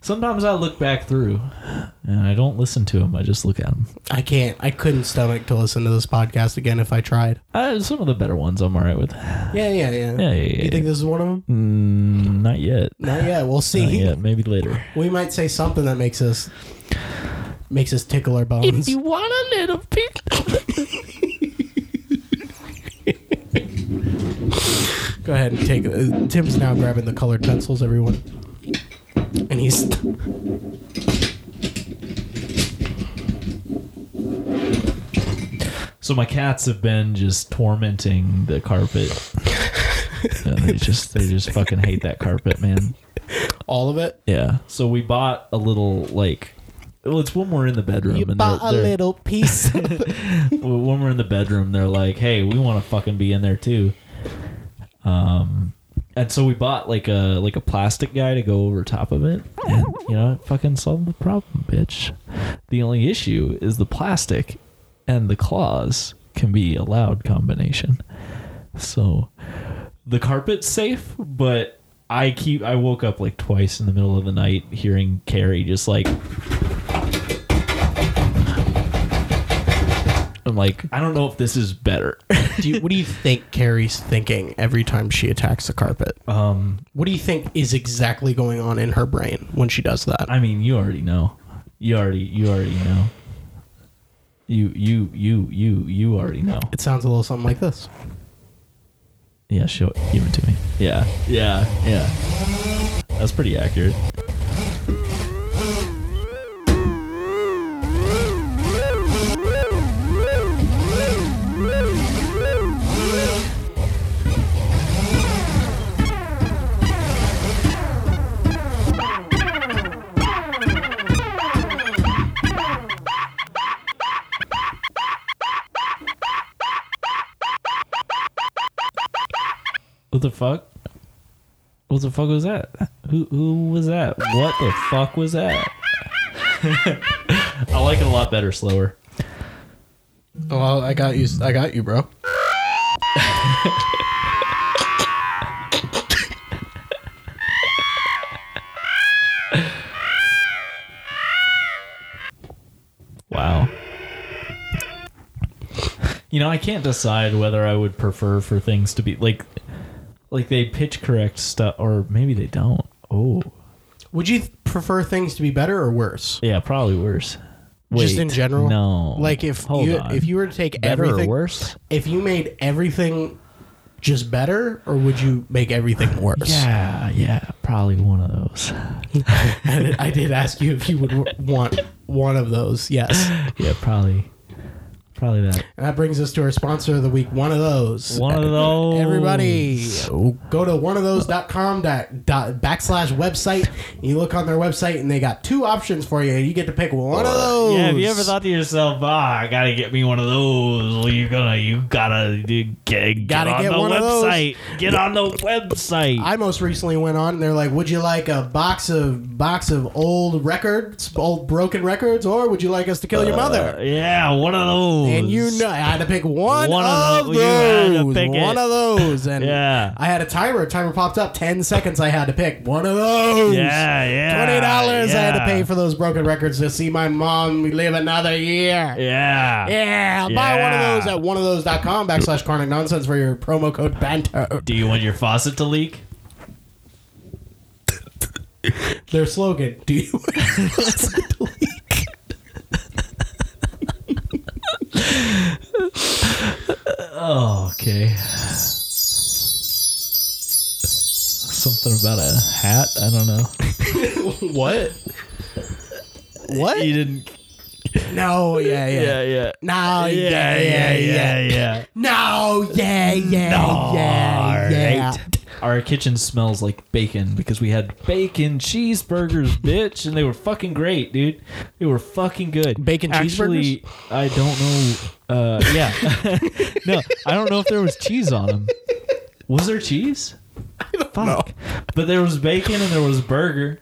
Speaker 1: Sometimes I look back through, and I don't listen to them. I just look at them.
Speaker 2: I can't. I couldn't stomach to listen to this podcast again if I tried.
Speaker 1: Uh, some of the better ones I'm alright with.
Speaker 2: Yeah, yeah, yeah.
Speaker 1: Yeah, yeah, yeah,
Speaker 2: You
Speaker 1: yeah.
Speaker 2: think this is one of them?
Speaker 1: Mm, not yet.
Speaker 2: Not yet. We'll
Speaker 1: Not
Speaker 2: see.
Speaker 1: yet. Maybe later.
Speaker 2: We might say something that makes us makes us tickle our bones.
Speaker 1: want a little bit.
Speaker 2: Go ahead and take. Uh, Tim's now grabbing the colored pencils, everyone, and he's.
Speaker 1: So my cats have been just tormenting the carpet. Yeah, they just they just fucking hate that carpet, man.
Speaker 2: All of it.
Speaker 1: Yeah. So we bought a little like well, it's when we're in the bedroom
Speaker 2: You
Speaker 1: and
Speaker 2: bought
Speaker 1: they're,
Speaker 2: a
Speaker 1: they're-
Speaker 2: little piece.
Speaker 1: well, when we're in the bedroom, they're like, "Hey, we want to fucking be in there too." Um, and so we bought like a like a plastic guy to go over top of it, and you know, it fucking solved the problem, bitch. The only issue is the plastic and the claws can be a loud combination. So the carpet's safe, but I keep I woke up like twice in the middle of the night hearing Carrie just like I'm like, I don't know if this is better.
Speaker 2: do you, what do you think Carrie's thinking every time she attacks the carpet?
Speaker 1: Um
Speaker 2: What do you think is exactly going on in her brain when she does that?
Speaker 1: I mean, you already know. You already you already know. You you you you you already know.
Speaker 2: It sounds a little something like this.
Speaker 1: Yeah, show it. Give it to me. Yeah. Yeah. Yeah. That's pretty accurate. What the fuck? What the fuck was that? Who who was that? What the fuck was that? I like it a lot better slower.
Speaker 2: Well, I got you. I got you, bro.
Speaker 1: Wow. You know, I can't decide whether I would prefer for things to be like like they pitch correct stuff or maybe they don't. Oh.
Speaker 2: Would you th- prefer things to be better or worse?
Speaker 1: Yeah, probably worse.
Speaker 2: Just in
Speaker 1: Wait,
Speaker 2: general?
Speaker 1: No.
Speaker 2: Like if
Speaker 1: Hold
Speaker 2: you
Speaker 1: on.
Speaker 2: if you were to take
Speaker 1: better
Speaker 2: everything
Speaker 1: or worse?
Speaker 2: if you made everything just better or would you make everything worse?
Speaker 1: Yeah, yeah, probably one of those.
Speaker 2: I did- I did ask you if you would w- want one of those. Yes.
Speaker 1: Yeah, probably probably that.
Speaker 2: And that brings us to our sponsor of the week, one of those.
Speaker 1: One of those.
Speaker 2: Everybody, go to oneofthose.com dot, dot backslash website. You look on their website and they got two options for you. You get to pick one of those.
Speaker 1: Yeah, have you ever thought to yourself, ah, I gotta get me one of those? Well, you're gonna, you gotta do- get, get
Speaker 2: Gotta
Speaker 1: on
Speaker 2: get
Speaker 1: the
Speaker 2: one of those.
Speaker 1: website. Get on the website.
Speaker 2: I most recently went on and they're like, "Would you like a box of box of old records, old broken records, or would you like us to kill your mother?"
Speaker 1: yeah, one of Uh, those.
Speaker 2: And you know, I had to pick one,
Speaker 1: One
Speaker 2: of,
Speaker 1: of the- you had to
Speaker 2: those,
Speaker 1: pick
Speaker 2: one
Speaker 1: it.
Speaker 2: of those, and
Speaker 1: Yeah.
Speaker 2: I had a timer. Timer popped up, ten seconds. I had to pick one of those.
Speaker 1: Yeah, yeah.
Speaker 2: Twenty dollars I had to
Speaker 1: Ah, yeah.
Speaker 2: pay for those broken records to see my mom live another year.
Speaker 1: Yeah.
Speaker 2: Yeah, buy one of
Speaker 1: Yeah.
Speaker 2: those at oneofthose.com backslash carnic nonsense for your promo code banter.
Speaker 1: Do you want your faucet to leak?
Speaker 2: Their slogan, do you
Speaker 1: Oh, okay. Something about a hat? I don't know.
Speaker 2: What? What?
Speaker 1: You didn't.
Speaker 2: No, yeah, yeah.
Speaker 1: Yeah, yeah.
Speaker 2: No, yeah, yeah, yeah.
Speaker 1: yeah.
Speaker 2: No, yeah, yeah, yeah, yeah.
Speaker 1: Our kitchen smells like bacon because we had bacon cheeseburgers, bitch, and they were fucking great, dude. They were fucking good.
Speaker 2: Bacon
Speaker 1: Actually, I don't know. Uh, yeah, no, I don't know if there was cheese on them. Was there cheese? Fuck. But there was bacon and there was burger,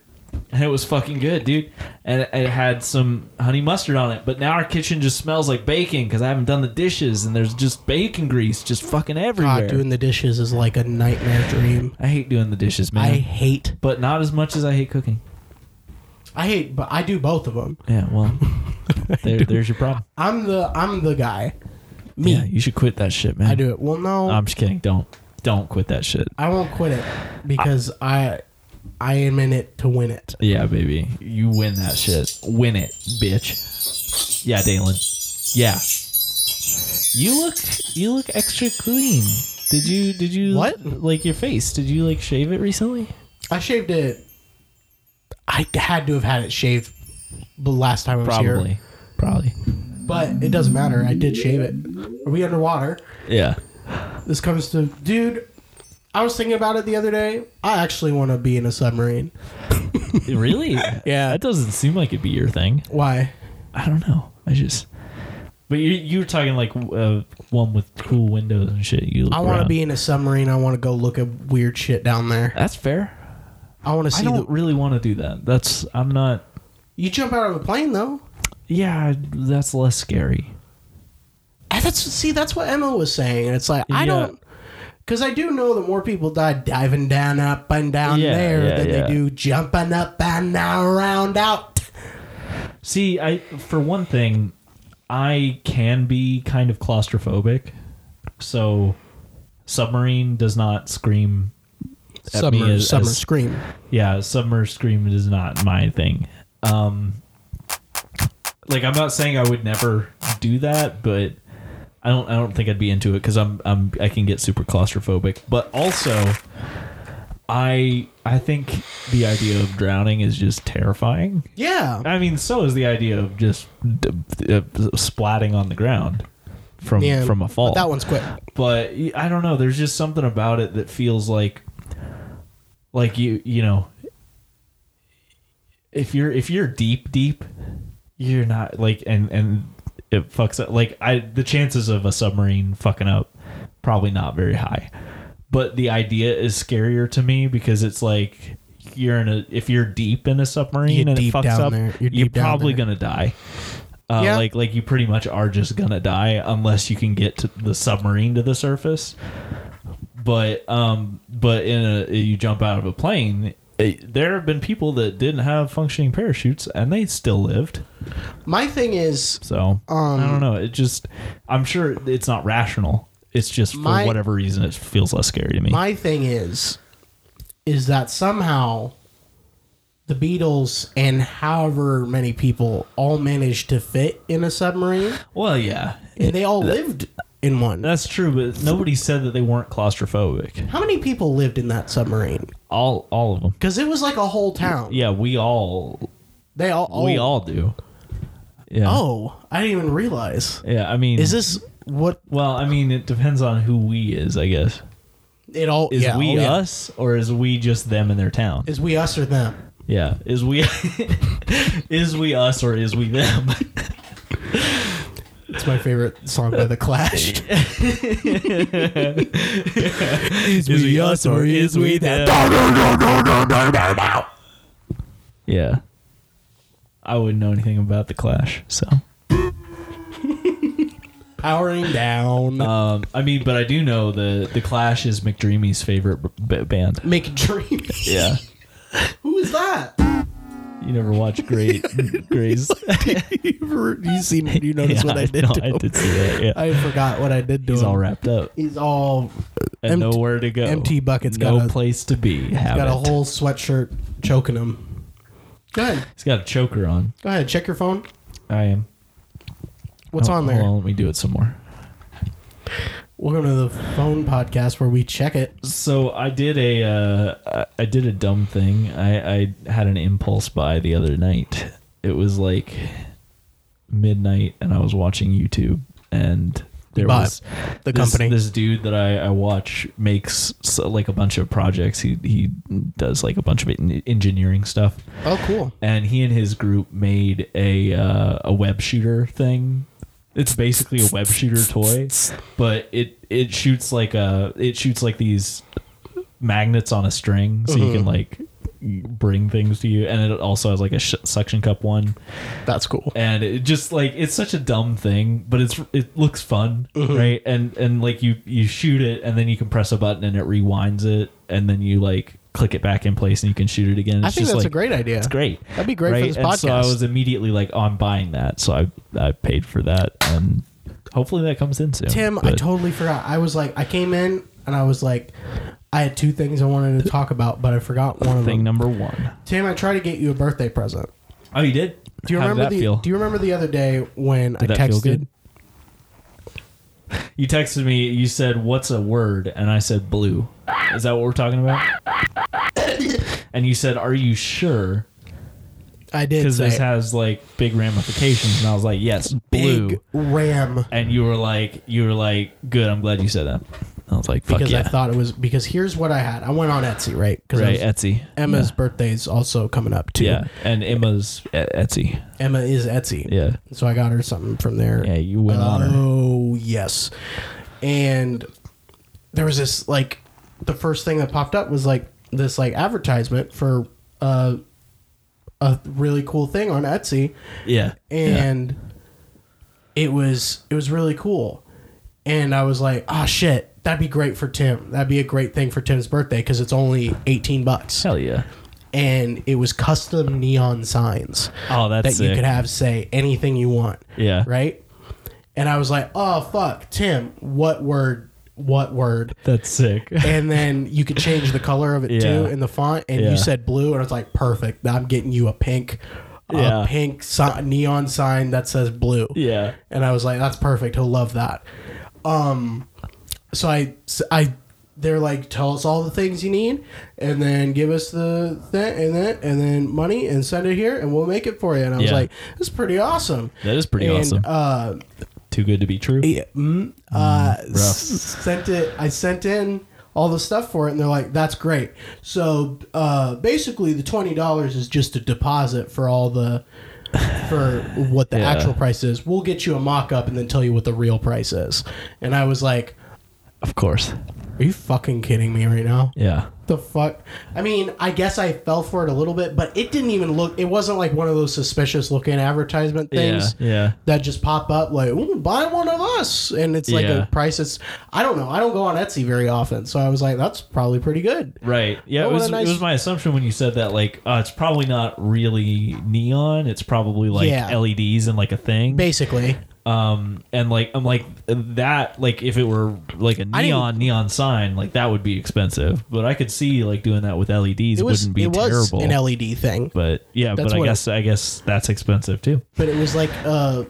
Speaker 1: and it was fucking good, dude. And it had some honey mustard on it. But now our kitchen just smells like bacon because I haven't done the dishes, and there's just bacon grease just fucking everywhere.
Speaker 2: God, doing the dishes is like a nightmare dream.
Speaker 1: I hate doing the dishes, man.
Speaker 2: I hate,
Speaker 1: but not as much as I hate cooking.
Speaker 2: I hate, but I do both of them.
Speaker 1: Yeah, well, there, there's your problem.
Speaker 2: I'm the, I'm the guy. Me,
Speaker 1: Yeah, you should quit that shit, man.
Speaker 2: I do it. Well, no,
Speaker 1: I'm just kidding. Don't don't quit that shit.
Speaker 2: I won't quit it because I, I am in it to win it.
Speaker 1: Yeah, baby, you win that shit. Win it, bitch. Yeah, Dalen. Yeah. You look you look extra clean. Did you did you
Speaker 2: What?
Speaker 1: like your face? Did you like shave it recently?
Speaker 2: I shaved it. I had to have had it shaved the last time I was here,
Speaker 1: Probably. Probably.
Speaker 2: but it doesn't matter. I did shave it. Are we underwater?
Speaker 1: Yeah.
Speaker 2: This comes to dude. I was thinking about it the other day. I actually want to be in a submarine.
Speaker 1: really?
Speaker 2: Yeah.
Speaker 1: That doesn't seem like it'd be your thing.
Speaker 2: Why?
Speaker 1: I don't know. I just. But you you were talking like uh, one with cool windows and shit. You look
Speaker 2: I want to
Speaker 1: around.
Speaker 2: be in a submarine. I want to go look at weird shit down there.
Speaker 1: That's fair.
Speaker 2: I want to
Speaker 1: I
Speaker 2: see.
Speaker 1: don't
Speaker 2: The,
Speaker 1: really want to do that. That's I'm not.
Speaker 2: you jump out of a plane though.
Speaker 1: Yeah, that's less scary.
Speaker 2: And That's see. That's what Emma was saying, and it's like I
Speaker 1: Yeah.
Speaker 2: don't. Because I do know that more people die diving down, up and down
Speaker 1: Yeah,
Speaker 2: there
Speaker 1: yeah,
Speaker 2: than
Speaker 1: yeah.
Speaker 2: they do jumping up and around out.
Speaker 1: See, I for one thing, I can be kind of claustrophobic, so submarine does not scream. at me
Speaker 2: Summer,
Speaker 1: as-
Speaker 2: summer
Speaker 1: as-
Speaker 2: scream.
Speaker 1: yeah, summer scream is not my thing. Um, like I'm not saying I would never do that, but I don't. I don't think I'd be into it because I'm. I'm. I can get super claustrophobic. But also, I. I think the idea of drowning is just terrifying.
Speaker 2: Yeah,
Speaker 1: I mean, so is the idea of just d- d- uh, splatting on the ground from
Speaker 2: yeah.
Speaker 1: from a fall
Speaker 2: But that one's quick.
Speaker 1: but I don't know. There's just something about it that feels like, like you, you know, if you're if you're deep, deep, you're not like, and and it fucks up. Like I, the chances of a submarine fucking up, probably not very high. But the idea is scarier to me because it's like you're in a if you're deep in a submarine
Speaker 2: You're
Speaker 1: and
Speaker 2: deep
Speaker 1: it fucks
Speaker 2: down
Speaker 1: up,
Speaker 2: there. You're
Speaker 1: you're,
Speaker 2: deep down
Speaker 1: probably
Speaker 2: there.
Speaker 1: gonna die. Uh,
Speaker 2: Yeah.
Speaker 1: Like like you pretty much are just gonna die unless you can get to the submarine to the surface. But um, but in a you jump out of a plane. it- there have been people that didn't have functioning parachutes and they still lived.
Speaker 2: My thing is,
Speaker 1: So I
Speaker 2: Um,
Speaker 1: don't know. It just I'm sure it's not rational. It's just for
Speaker 2: My-
Speaker 1: whatever reason it feels less scary to me.
Speaker 2: my thing is, is that somehow the Beatles and however many people all managed to fit in a submarine,
Speaker 1: well, yeah,
Speaker 2: and they all lived in one.
Speaker 1: that's true. But nobody said that they weren't claustrophobic.
Speaker 2: How many people lived in that submarine?
Speaker 1: All all of them.
Speaker 2: Because it was like a whole town.
Speaker 1: Yeah, we all
Speaker 2: They all. Oh,
Speaker 1: we all do. Yeah.
Speaker 2: Oh, I didn't even realize.
Speaker 1: Yeah, I mean,
Speaker 2: Is this what
Speaker 1: Well, I mean, it depends on who we is, I guess.
Speaker 2: it all
Speaker 1: Is
Speaker 2: yeah,
Speaker 1: we
Speaker 2: oh, yeah.
Speaker 1: us or is we just them in their town?
Speaker 2: Is we us or them?
Speaker 1: yeah, is we is we us or is we them?
Speaker 2: It's my favorite song by The Clash.
Speaker 1: is, we us or is we them? Yeah, I wouldn't know anything about the Clash, so.
Speaker 2: Powering down.
Speaker 1: Um, I mean, but I do know the the Clash is McDreamy's favorite b- b- band.
Speaker 2: Make a dream.
Speaker 1: Yeah,
Speaker 2: Who is that?
Speaker 1: you never watch Great Grays.
Speaker 2: you seen? You notice what I did
Speaker 1: know,
Speaker 2: to
Speaker 1: I
Speaker 2: him?
Speaker 1: did see that. Yeah.
Speaker 2: I forgot what I did to
Speaker 1: He's
Speaker 2: him.
Speaker 1: all wrapped up.
Speaker 2: He's all
Speaker 1: and
Speaker 2: Empty-
Speaker 1: nowhere to go.
Speaker 2: empty bucket's
Speaker 1: no
Speaker 2: got a-
Speaker 1: place to be. Have
Speaker 2: got a
Speaker 1: it.
Speaker 2: whole sweatshirt choking him. Go ahead.
Speaker 1: He's got a choker on.
Speaker 2: Go ahead. Check your phone.
Speaker 1: I am.
Speaker 2: What's
Speaker 1: Oh,
Speaker 2: on there?
Speaker 1: Hold on, let me do it some more.
Speaker 2: Welcome to the phone podcast where we check it.
Speaker 1: So I did a, uh, I- I did a dumb thing. I, I had an impulse buy the other night. It was like midnight and I was watching YouTube and there
Speaker 2: But
Speaker 1: was
Speaker 2: the
Speaker 1: this-
Speaker 2: company.
Speaker 1: This dude that I, I watch makes so, like a bunch of projects. He he does like a bunch of en- engineering stuff,
Speaker 2: Oh, cool.
Speaker 1: and he and his group made a uh, a web shooter thing. It's basically a web shooter toy, but it it shoots like a it shoots like these magnets on a string, so you can like bring things to you, and it also has like a sh- suction cup one
Speaker 2: That's cool.
Speaker 1: and it just like it's such a dumb thing but it's it looks fun right and and like you you shoot it and then you can press a button and it rewinds it and then you like click it back in place and you can shoot it again it's
Speaker 2: I think
Speaker 1: just
Speaker 2: that's
Speaker 1: like
Speaker 2: a great idea.
Speaker 1: it's great
Speaker 2: That'd be great for
Speaker 1: right?
Speaker 2: this
Speaker 1: and so i
Speaker 2: podcast.
Speaker 1: was immediately like oh, i'm buying that so i i paid for that and hopefully that comes in soon
Speaker 2: Tim, I
Speaker 1: but-
Speaker 2: totally forgot. I was like, I came in and I was like, I had two things I wanted to talk about, but I forgot one of
Speaker 1: thing
Speaker 2: them.
Speaker 1: number one.
Speaker 2: Tim, I tried to get you a birthday present.
Speaker 1: Oh, you did
Speaker 2: Do you
Speaker 1: How did
Speaker 2: remember
Speaker 1: that
Speaker 2: the?
Speaker 1: feel?
Speaker 2: Do you remember the other day when I
Speaker 1: Did that
Speaker 2: texted?
Speaker 1: feel good? You texted me. You said, "What's a word?" And I said, "Blue." Is that what we're talking about? and you said, "Are you sure?"
Speaker 2: I did
Speaker 1: Because
Speaker 2: say
Speaker 1: this has like big ramifications. And I was like, "Yes, blue."
Speaker 2: big ram
Speaker 1: And you were like, "You were like, good. I'm glad you said that." I was like, "Fuck
Speaker 2: because
Speaker 1: yeah!"
Speaker 2: I thought it was because here's what I had. I went on Etsy, right? Because
Speaker 1: right, Etsy.
Speaker 2: Emma's birthday's also coming up too.
Speaker 1: Yeah, and Emma's E- Etsy.
Speaker 2: Emma is Etsy.
Speaker 1: Yeah,
Speaker 2: So I got her something from there.
Speaker 1: yeah. You went on her.
Speaker 2: Oh yes, and there was this like the first thing that popped up was like this like advertisement for uh, a really cool thing on Etsy,
Speaker 1: Yeah, yeah.
Speaker 2: and it was it was really cool, and I was like, ah shit, that'd be great for Tim. That'd be a great thing for Tim's birthday because it's only eighteen bucks,
Speaker 1: hell yeah.
Speaker 2: and it was custom neon signs
Speaker 1: Oh, that's
Speaker 2: that you
Speaker 1: sick.
Speaker 2: could have say anything you want.
Speaker 1: Yeah.
Speaker 2: Right? And I was like, oh fuck, Tim, what word what word?
Speaker 1: That's sick.
Speaker 2: And then you could change the color of it too
Speaker 1: Yeah.
Speaker 2: in the font and
Speaker 1: Yeah.
Speaker 2: you said blue and I was like, perfect. I'm getting you a pink
Speaker 1: Yeah.
Speaker 2: a pink si- neon sign that says blue.
Speaker 1: yeah.
Speaker 2: And I was like, that's perfect. He'll love that. Um, so I, I, they're like, tell us all the things you need, and then give us the that and that, and then money, and send it here, and we'll make it for you. And I was
Speaker 1: Yeah.
Speaker 2: like, that's pretty awesome.
Speaker 1: That is pretty
Speaker 2: and,
Speaker 1: awesome.
Speaker 2: Uh,
Speaker 1: Too good to be true.
Speaker 2: yeah, mm, uh, s- sent it. I sent in all the stuff for it, and they're like, "That's great." So uh, basically, the twenty dollars is just a deposit for all the for what the
Speaker 1: Yeah.
Speaker 2: actual price is. We'll get you a mock up and then tell you what the real price is. And I was like,
Speaker 1: Of course.
Speaker 2: "Are you fucking kidding me right now?"
Speaker 1: Yeah.
Speaker 2: The fuck? I mean, I guess I fell for it a little bit, but it didn't even look. It wasn't like one of those suspicious looking advertisement things
Speaker 1: Yeah. Yeah.
Speaker 2: that just pop up like Ooh, buy one of us and it's like
Speaker 1: Yeah.
Speaker 2: a price it's i don't know i don't go on etsy very often so i was like that's probably pretty good
Speaker 1: Right. Yeah,
Speaker 2: But what a
Speaker 1: it was,
Speaker 2: nice-
Speaker 1: it was my assumption when you said that, like, uh, it's probably not really neon. It's probably like
Speaker 2: Yeah.
Speaker 1: LEDs and like a thing.
Speaker 2: basically
Speaker 1: Um, and like, I'm like, that, like, if it were like a
Speaker 2: I
Speaker 1: neon, neon sign, like, that would be expensive. But I could see like doing that with LEDs
Speaker 2: it was
Speaker 1: wouldn't be
Speaker 2: it was
Speaker 1: terrible.
Speaker 2: an led thing
Speaker 1: but yeah,
Speaker 2: That's
Speaker 1: but I
Speaker 2: what it-
Speaker 1: guess, I guess that's expensive too.
Speaker 2: but it was like uh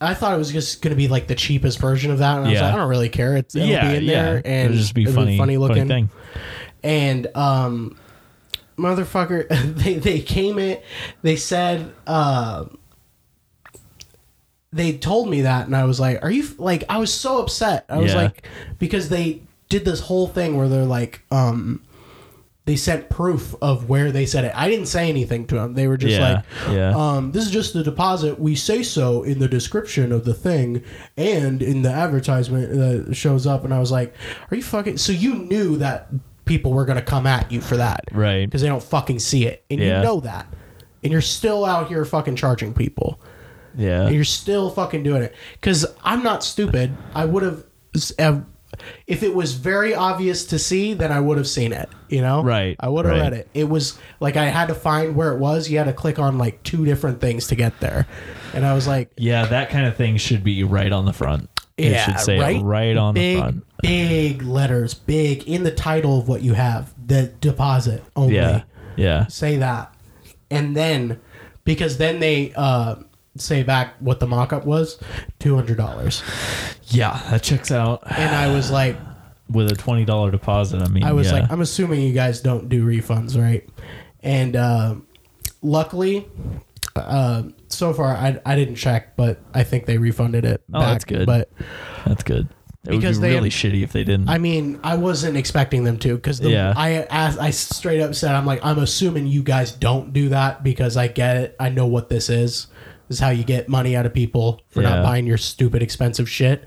Speaker 2: I thought it was just going to be like the cheapest version of that, and I was
Speaker 1: Yeah.
Speaker 2: like, I don't really care. It's it'll
Speaker 1: yeah.
Speaker 2: be in
Speaker 1: yeah.
Speaker 2: there, and
Speaker 1: It'd just be
Speaker 2: it'll
Speaker 1: funny, funny
Speaker 2: looking.
Speaker 1: thing.
Speaker 2: and um, motherfucker, they they came in, they said, uh, they told me that, and I was like, "Are you f-" like?" I was so upset. I was
Speaker 1: Yeah.
Speaker 2: like, because they did this whole thing where they're like, um, they sent proof of where they said it. I didn't say anything to them. They were just
Speaker 1: Yeah,
Speaker 2: like,
Speaker 1: yeah.
Speaker 2: um, this is just the deposit. We say so in the description of the thing and in the advertisement that shows up. And I was like, are you fucking? So you knew that people were going to come at you for that.
Speaker 1: Right.
Speaker 2: Because they don't fucking see it. And
Speaker 1: Yeah.
Speaker 2: you know that. And you're still out here fucking charging people. And
Speaker 1: Yeah.
Speaker 2: you're still fucking doing it. Because I'm not stupid. I would have. If it was very obvious to see, then I would have seen it. You know,
Speaker 1: Right,
Speaker 2: I would have
Speaker 1: right.
Speaker 2: read it. It was like I had to find where it was. You had to click on like two different things to get there, and I was like,
Speaker 1: Yeah. That kind of thing should be right on the front. It
Speaker 2: "Yeah,
Speaker 1: should say it
Speaker 2: right,
Speaker 1: right on
Speaker 2: big,
Speaker 1: the front.
Speaker 2: big letters, big in the title of what you have. The deposit only.
Speaker 1: Yeah. Yeah.
Speaker 2: say that and then because then they uh say back what the mock-up was $200
Speaker 1: Yeah, that checks out
Speaker 2: and i was like
Speaker 1: with a twenty dollar deposit. I mean,
Speaker 2: i was
Speaker 1: yeah.
Speaker 2: like i'm assuming you guys don't do refunds right and uh, um, luckily Uh, so far, I, I didn't check, but I think they refunded it.
Speaker 1: Oh, that's good.
Speaker 2: But
Speaker 1: That's good. It would be
Speaker 2: Because they-
Speaker 1: really shitty if they didn't.
Speaker 2: I mean, I wasn't expecting them to because
Speaker 1: Yeah.
Speaker 2: I, I I straight up said, I'm like, I'm assuming you guys don't do that because I get it. I know what this is. This is how you get money out of people for
Speaker 1: Yeah.
Speaker 2: not buying your stupid expensive shit,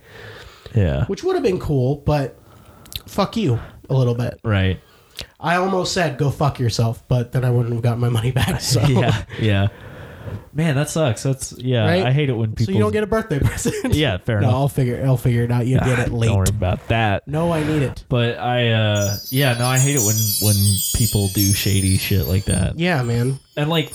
Speaker 1: yeah.
Speaker 2: which would have been cool, but fuck you a little bit.
Speaker 1: right.
Speaker 2: I almost said go fuck yourself, but then I wouldn't have gotten my money back. So.
Speaker 1: Yeah. Yeah. Man, that sucks. That's yeah.
Speaker 2: Right?
Speaker 1: I hate it when people.
Speaker 2: So you don't get a birthday present.
Speaker 1: Yeah, fair
Speaker 2: no,
Speaker 1: enough.
Speaker 2: I'll figure. I'll figure it out. You get it late.
Speaker 1: Don't worry about that.
Speaker 2: No, I need it.
Speaker 1: But I, uh, yeah, no, I hate it when when people do shady shit like that.
Speaker 2: Yeah, man.
Speaker 1: and like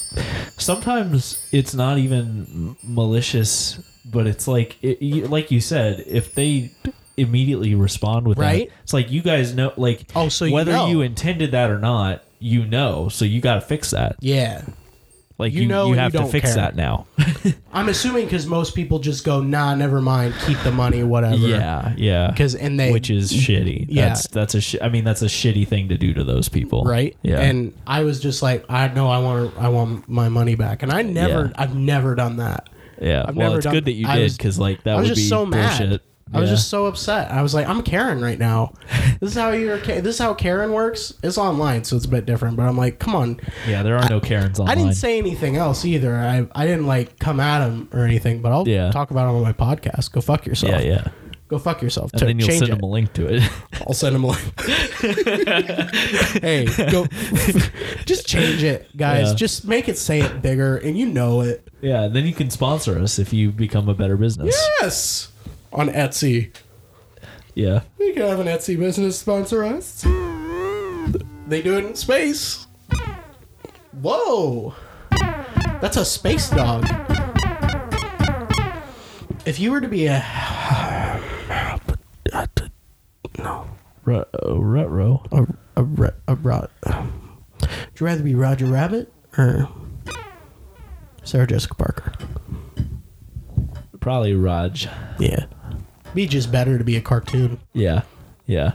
Speaker 1: sometimes it's not even m- malicious but it's like it, you, like you said if they immediately respond with that,
Speaker 2: Right.
Speaker 1: it's like you guys know like
Speaker 2: Oh, so you
Speaker 1: whether
Speaker 2: know.
Speaker 1: intended that or not you know so you got to fix that
Speaker 2: Yeah.
Speaker 1: like you,
Speaker 2: You know
Speaker 1: you
Speaker 2: and
Speaker 1: have
Speaker 2: you
Speaker 1: to
Speaker 2: don't
Speaker 1: fix
Speaker 2: care.
Speaker 1: that now
Speaker 2: I'm assuming because most people just go, nah, never mind, keep the money, whatever.
Speaker 1: yeah yeah
Speaker 2: 'Cause- and they-
Speaker 1: which is shitty
Speaker 2: Yeah.
Speaker 1: that's that's a sh- i mean that's a shitty thing to do to those people
Speaker 2: Right.
Speaker 1: yeah
Speaker 2: And I was just like, I know I want I want my money back, and I never,
Speaker 1: Yeah.
Speaker 2: I've never done that.
Speaker 1: yeah
Speaker 2: I've
Speaker 1: well
Speaker 2: never
Speaker 1: it's
Speaker 2: done-
Speaker 1: good that you
Speaker 2: I
Speaker 1: did
Speaker 2: was-
Speaker 1: because like that
Speaker 2: I was
Speaker 1: would
Speaker 2: just
Speaker 1: be
Speaker 2: so mad.
Speaker 1: bullshit
Speaker 2: I was
Speaker 1: Yeah.
Speaker 2: just so upset. I was like, I'm Karen right now. This is how you're. Ka- This is how Karen works. It's online, so it's a bit different. But I'm like, come on.
Speaker 1: yeah there are no karens online
Speaker 2: I didn't say anything else either. I I didn't like come at him or anything. But I'll
Speaker 1: Yeah.
Speaker 2: talk about it on my podcast. Go fuck yourself.
Speaker 1: yeah yeah
Speaker 2: Go fuck yourself.
Speaker 1: and
Speaker 2: T-
Speaker 1: then you'll
Speaker 2: change
Speaker 1: send
Speaker 2: it.
Speaker 1: them a link to it.
Speaker 2: I'll send him a link. hey, go. just change it, guys.
Speaker 1: Yeah.
Speaker 2: Just make it say it bigger, and you know it.
Speaker 1: yeah, then you can sponsor us if you become a better business.
Speaker 2: Yes. On Etsy,
Speaker 1: Yeah.
Speaker 2: we could have an Etsy business sponsor us. They do it in space. Whoa, that's a space dog. If you were to be a
Speaker 1: Ru- uh, Rutro.
Speaker 2: a a, ra- a rot. Would you rather be Roger Rabbit or Sarah Jessica Parker?
Speaker 1: Probably Raj.
Speaker 2: Yeah, be just better to be a cartoon.
Speaker 1: Yeah. Yeah.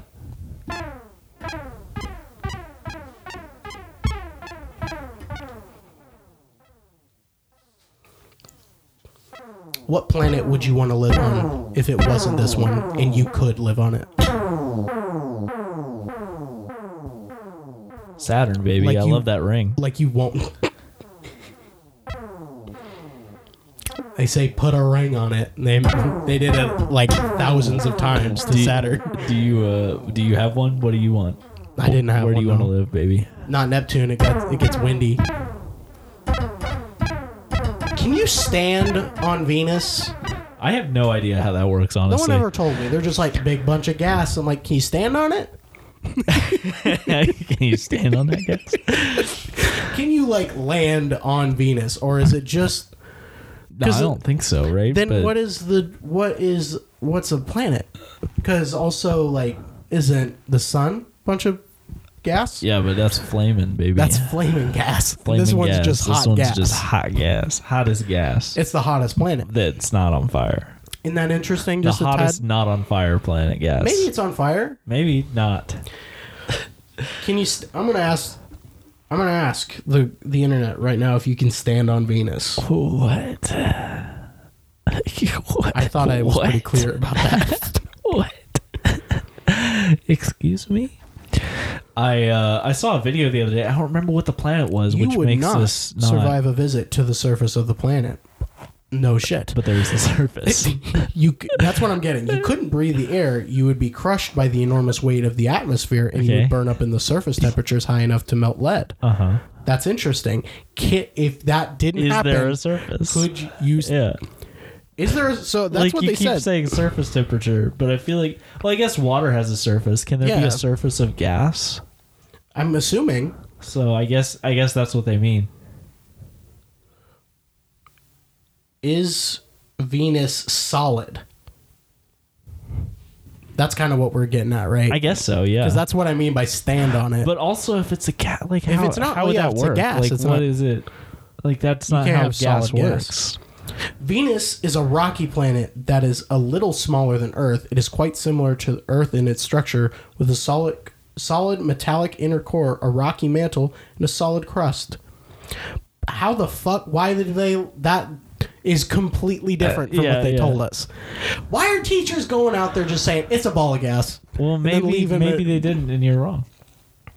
Speaker 2: What planet would you want to live on if it wasn't this one and you could live on it?
Speaker 1: Saturn, baby.
Speaker 2: Like
Speaker 1: I
Speaker 2: you-
Speaker 1: love that ring.
Speaker 2: Like you won't. They say put a ring on it. and They they did it like thousands of times to
Speaker 1: Do you-
Speaker 2: Saturn.
Speaker 1: Do you uh do you have one? What do you want?
Speaker 2: I didn't have
Speaker 1: Where do
Speaker 2: one,
Speaker 1: you want to
Speaker 2: no.
Speaker 1: live, baby?
Speaker 2: Not Neptune. It gets it gets windy. Can you stand on Venus?
Speaker 1: I have no idea how that works,
Speaker 2: No
Speaker 1: honestly.
Speaker 2: one ever told me. They're just like big bunch of gas. I'm like, can you stand on it?
Speaker 1: Can you stand on that, guys?
Speaker 2: Can you like land on Venus, or is it just
Speaker 1: No, I don't think so, right?
Speaker 2: then?
Speaker 1: But-
Speaker 2: What is the what is what's a planet? Because also like, isn't the sun a bunch of gas?
Speaker 1: Yeah, but that's flaming, baby.
Speaker 2: that's flaming gas.
Speaker 1: flaming
Speaker 2: this one's
Speaker 1: gas.
Speaker 2: just hot
Speaker 1: this one's
Speaker 2: gas.
Speaker 1: just hot gas. Hottest gas.
Speaker 2: It's the hottest planet.
Speaker 1: that's not on fire.
Speaker 2: Isn't that interesting?
Speaker 1: the
Speaker 2: Just a
Speaker 1: hottest
Speaker 2: tad?
Speaker 1: not on fire planet gas.
Speaker 2: Maybe it's on fire.
Speaker 1: Maybe not.
Speaker 2: Can you? St- I'm gonna ask. I'm gonna ask the the internet right now if you can stand on Venus.
Speaker 1: What? what?
Speaker 2: I thought I was pretty
Speaker 1: What?
Speaker 2: clear about that.
Speaker 1: What? Excuse me. I uh, I saw a video the other day. I don't remember what the planet was,
Speaker 2: you
Speaker 1: which
Speaker 2: would
Speaker 1: makes
Speaker 2: not
Speaker 1: this not.
Speaker 2: survive a visit to the surface of the planet. No shit.
Speaker 1: But there's the surface.
Speaker 2: you c- that's what I'm getting. You couldn't breathe the air. You would be crushed by the enormous weight of the atmosphere, and you
Speaker 1: Okay.
Speaker 2: would burn up in the surface temperatures high enough to melt lead.
Speaker 1: uh huh.
Speaker 2: That's interesting. Ki if that didn't
Speaker 1: Is
Speaker 2: happen,
Speaker 1: there a surface?
Speaker 2: could you? Use,
Speaker 1: yeah.
Speaker 2: Is there? A, so that's
Speaker 1: like
Speaker 2: what
Speaker 1: you
Speaker 2: they
Speaker 1: keep
Speaker 2: said.
Speaker 1: saying surface temperature, but I feel like well, I guess water has a surface. Can there be
Speaker 2: Yeah.
Speaker 1: a surface of gas?
Speaker 2: I'm assuming.
Speaker 1: So I guess I guess that's what they mean.
Speaker 2: is Venus solid? That's kind of what we're getting at, right?
Speaker 1: I guess so. Yeah.
Speaker 2: Because that's what I mean by stand on it.
Speaker 1: But also, if it's a gas, like how,
Speaker 2: it's not-
Speaker 1: how would
Speaker 2: yeah,
Speaker 1: that
Speaker 2: it's a
Speaker 1: work?
Speaker 2: gas,
Speaker 1: Like,
Speaker 2: it's
Speaker 1: what
Speaker 2: not-
Speaker 1: is it? Like, that's not
Speaker 2: can't
Speaker 1: how
Speaker 2: have
Speaker 1: gas
Speaker 2: solid gas.
Speaker 1: works.
Speaker 2: Venus is a rocky planet that is a little smaller than Earth. It is quite similar to Earth in its structure, with a solid, solid metallic inner core, a rocky mantle, and a solid crust. how the fuck? Why did they that? Is completely different from
Speaker 1: Uh, yeah,
Speaker 2: what they
Speaker 1: yeah.
Speaker 2: told us. Why are teachers going out there just saying it's a ball of gas?
Speaker 1: Well,
Speaker 2: then
Speaker 1: maybe
Speaker 2: leave him
Speaker 1: maybe
Speaker 2: at-
Speaker 1: they didn't, and you're wrong.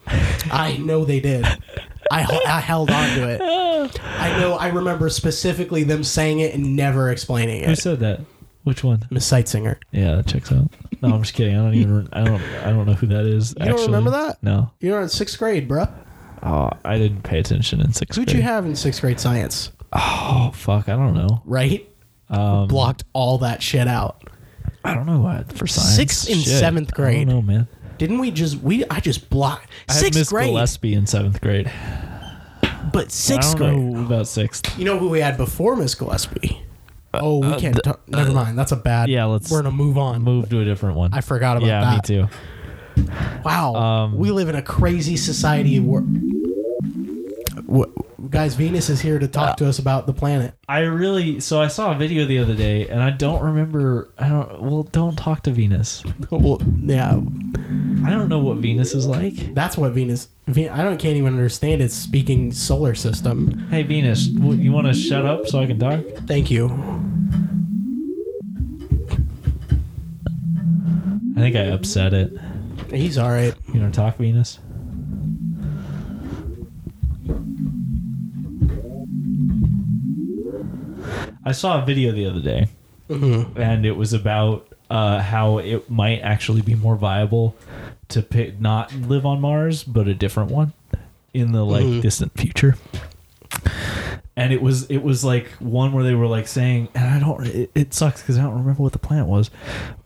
Speaker 2: I know they did. I, I held on to it. I know. I remember specifically them saying it and never explaining
Speaker 1: Who
Speaker 2: it.
Speaker 1: said that? Which one?
Speaker 2: Miss Sightsenger.
Speaker 1: Yeah, that checks out. No, I'm just kidding. I don't even. I don't. I don't know who that is. You
Speaker 2: don't remember that?
Speaker 1: No.
Speaker 2: You were in sixth grade, bruh.
Speaker 1: Oh, I didn't pay attention in sixth
Speaker 2: Who'd
Speaker 1: grade.
Speaker 2: you have in sixth grade science?
Speaker 1: Oh fuck, I don't know.
Speaker 2: Right?
Speaker 1: Um,
Speaker 2: Blocked all that shit out.
Speaker 1: I don't know what for science.
Speaker 2: Sixth and
Speaker 1: Shit.
Speaker 2: seventh
Speaker 1: I
Speaker 2: grade.
Speaker 1: don't know, man.
Speaker 2: Didn't we just we? I just blocked
Speaker 1: I had Miss
Speaker 2: sixth grade,
Speaker 1: Gillespie in seventh grade.
Speaker 2: but
Speaker 1: I
Speaker 2: sixth
Speaker 1: don't
Speaker 2: grade.
Speaker 1: know about sixth.
Speaker 2: You know who we had before Miss Gillespie? oh, we can't. ta- never mind. That's a bad.
Speaker 1: yeah, let's
Speaker 2: We're gonna move on.
Speaker 1: Move to a different one.
Speaker 2: I forgot about
Speaker 1: yeah,
Speaker 2: that.
Speaker 1: me too.
Speaker 2: Wow.
Speaker 1: Um,
Speaker 2: we live in a crazy society where. Wh- Guys, Venus is here to talk to us about the planet.
Speaker 1: I really so I saw a video the other day and I don't remember I don't well don't talk to Venus.
Speaker 2: Well, yeah,
Speaker 1: I don't know what Venus is like.
Speaker 2: that's what Venus. Ve- I don't can't even understand its speaking solar system.
Speaker 1: Hey Venus, w- you want to shut up so I can talk?
Speaker 2: Thank you.
Speaker 1: I think I upset it.
Speaker 2: He's all right.
Speaker 1: You know, talk Venus. I saw a video the other day,
Speaker 2: Mm-hmm.
Speaker 1: and it was about uh, how it might actually be more viable to pick, not live on Mars, but a different one in the like
Speaker 2: Mm-hmm.
Speaker 1: distant future. And it was it was like one where they were like saying, and I don't. It, it sucks because I don't remember what the planet was,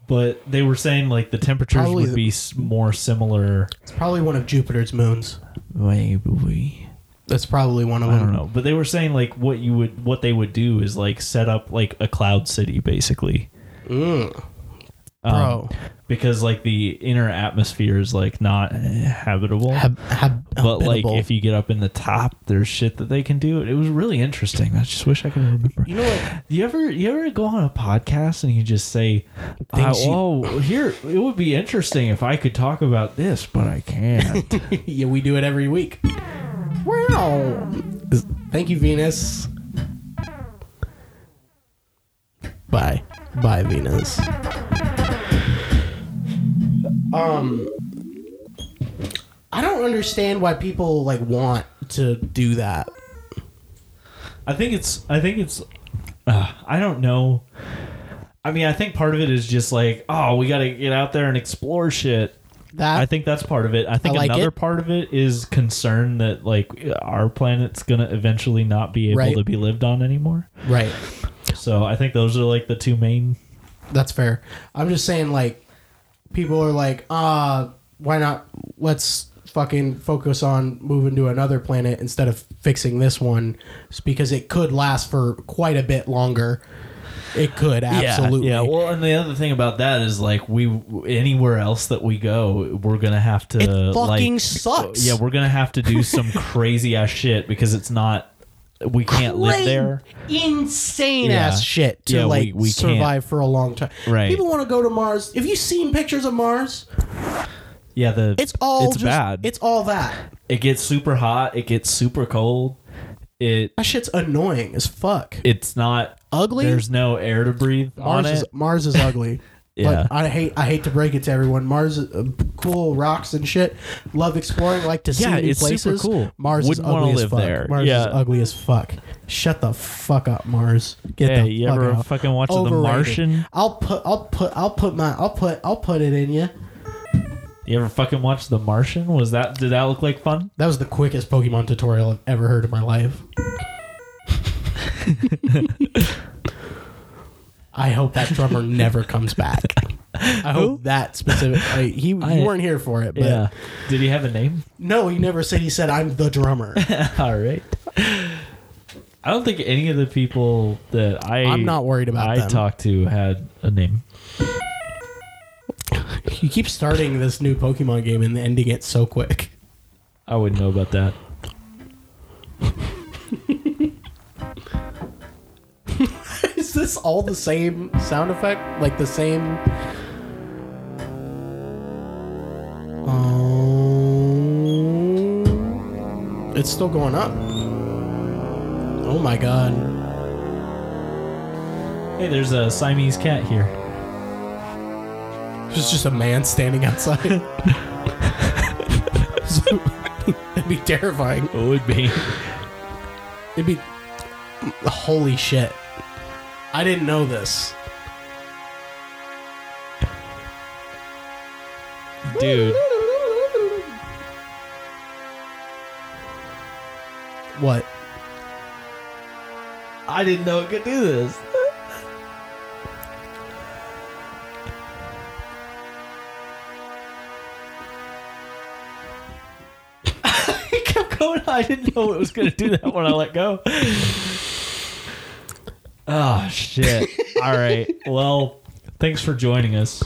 Speaker 1: but they were saying like the temperatures
Speaker 2: Probably
Speaker 1: would
Speaker 2: the-
Speaker 1: be s- more similar.
Speaker 2: It's probably one of Jupiter's moons.
Speaker 1: Maybe.
Speaker 2: That's probably one of
Speaker 1: I
Speaker 2: them.
Speaker 1: don't know, but they were saying like what you would what they would do is like set up like a cloud city basically
Speaker 2: Mm.
Speaker 1: Um,
Speaker 2: bro.
Speaker 1: because like the inner atmosphere is like not habitable.
Speaker 2: Hab- hab-
Speaker 1: but like
Speaker 2: habitable.
Speaker 1: if you get up in the top, there's shit that they can do. It was really interesting. I just wish I could remember.
Speaker 2: you know what?
Speaker 1: You ever you ever go on a podcast and you just say, uh,
Speaker 2: Things you-
Speaker 1: "Oh, here it would be interesting if I could talk about this, but I can't."
Speaker 2: yeah, we do it every week. Wow. Thank you, Venus. Bye. Bye, Venus. Um Um, I don't understand why people like want to do that.
Speaker 1: I think it's. I think it's. Uh, I don't know. I mean, I think part of it is just like, oh, we got to get out there and explore shit.
Speaker 2: That
Speaker 1: I think that's part of it. I think
Speaker 2: I like
Speaker 1: another
Speaker 2: it.
Speaker 1: part of it is concern that like our planet's gonna eventually not be able
Speaker 2: Right.
Speaker 1: to be lived on anymore.
Speaker 2: right.
Speaker 1: So I think those are like the two main.
Speaker 2: That's fair. I'm just saying, like, people are like, uh, why not? Let's fucking focus on moving to another planet instead of fixing this one, It's because it could last for quite a bit longer. It could absolutely.
Speaker 1: Yeah. Well, and the other thing about that is like we anywhere else that we go, we're gonna have to
Speaker 2: it fucking
Speaker 1: like
Speaker 2: sucks.
Speaker 1: yeah, we're gonna have to do some crazy ass shit because it's not. We can't live
Speaker 2: Crazy,
Speaker 1: there.
Speaker 2: Insane
Speaker 1: Yeah.
Speaker 2: ass shit to
Speaker 1: Yeah, we-
Speaker 2: like
Speaker 1: we can't.
Speaker 2: survive for a long time.
Speaker 1: Right.
Speaker 2: People want to go to Mars. Have you seen pictures of Mars?
Speaker 1: Yeah, the
Speaker 2: It's all
Speaker 1: it's
Speaker 2: just-
Speaker 1: bad.
Speaker 2: It's all that.
Speaker 1: it gets super hot. It gets super cold. It
Speaker 2: That shit's annoying as fuck.
Speaker 1: it's not
Speaker 2: Ugly.
Speaker 1: There's no air to breathe on
Speaker 2: Mars
Speaker 1: it.
Speaker 2: is Mars is ugly.
Speaker 1: Yeah.
Speaker 2: Like, I hate I hate to break it to everyone. Mars is uh, cool rocks and shit. Love exploring, like to
Speaker 1: Yeah,
Speaker 2: see new
Speaker 1: it's super
Speaker 2: places.
Speaker 1: cool.
Speaker 2: Mars
Speaker 1: Wouldn't
Speaker 2: is
Speaker 1: wanna
Speaker 2: ugly
Speaker 1: live
Speaker 2: as fuck.
Speaker 1: there.
Speaker 2: Mars
Speaker 1: Yeah.
Speaker 2: is ugly as fuck. Shut the fuck up, Mars. Get
Speaker 1: Hey,
Speaker 2: the
Speaker 1: you
Speaker 2: fuck
Speaker 1: ever
Speaker 2: out.
Speaker 1: fucking watching The
Speaker 2: Overrated.
Speaker 1: Martian?
Speaker 2: I'll put I'll put I'll put my I'll put I'll put it in you.
Speaker 1: you ever fucking watch The Martian? Was that did that look like fun?
Speaker 2: That was the quickest Pokemon tutorial I've ever heard in my life. I hope that drummer never comes back. I hope that specific. I, he, you
Speaker 1: I-
Speaker 2: weren't here for it, but
Speaker 1: Did he have a name?
Speaker 2: no, he never said. He said, "I'm the drummer."
Speaker 1: All right. I don't think any of the people that I
Speaker 2: I'm not worried about
Speaker 1: I
Speaker 2: them.
Speaker 1: talked to had a name.
Speaker 2: you keep starting this new Pokemon game and ending it so quick.
Speaker 1: I wouldn't know about that.
Speaker 2: Is this all the same sound effect? Like the same? Oh. Um, it's still going up. Oh my god.
Speaker 1: Hey, there's a Siamese cat here.
Speaker 2: There's just a man standing outside. That'd be terrifying.
Speaker 1: It would be.
Speaker 2: It'd be. Holy shit. I didn't know this.
Speaker 1: Dude.
Speaker 2: What?
Speaker 1: I didn't know it could do this. It kept going. I didn't know it was going to do that when I let go. Ah, Oh, shit. All right. Well, thanks for joining us.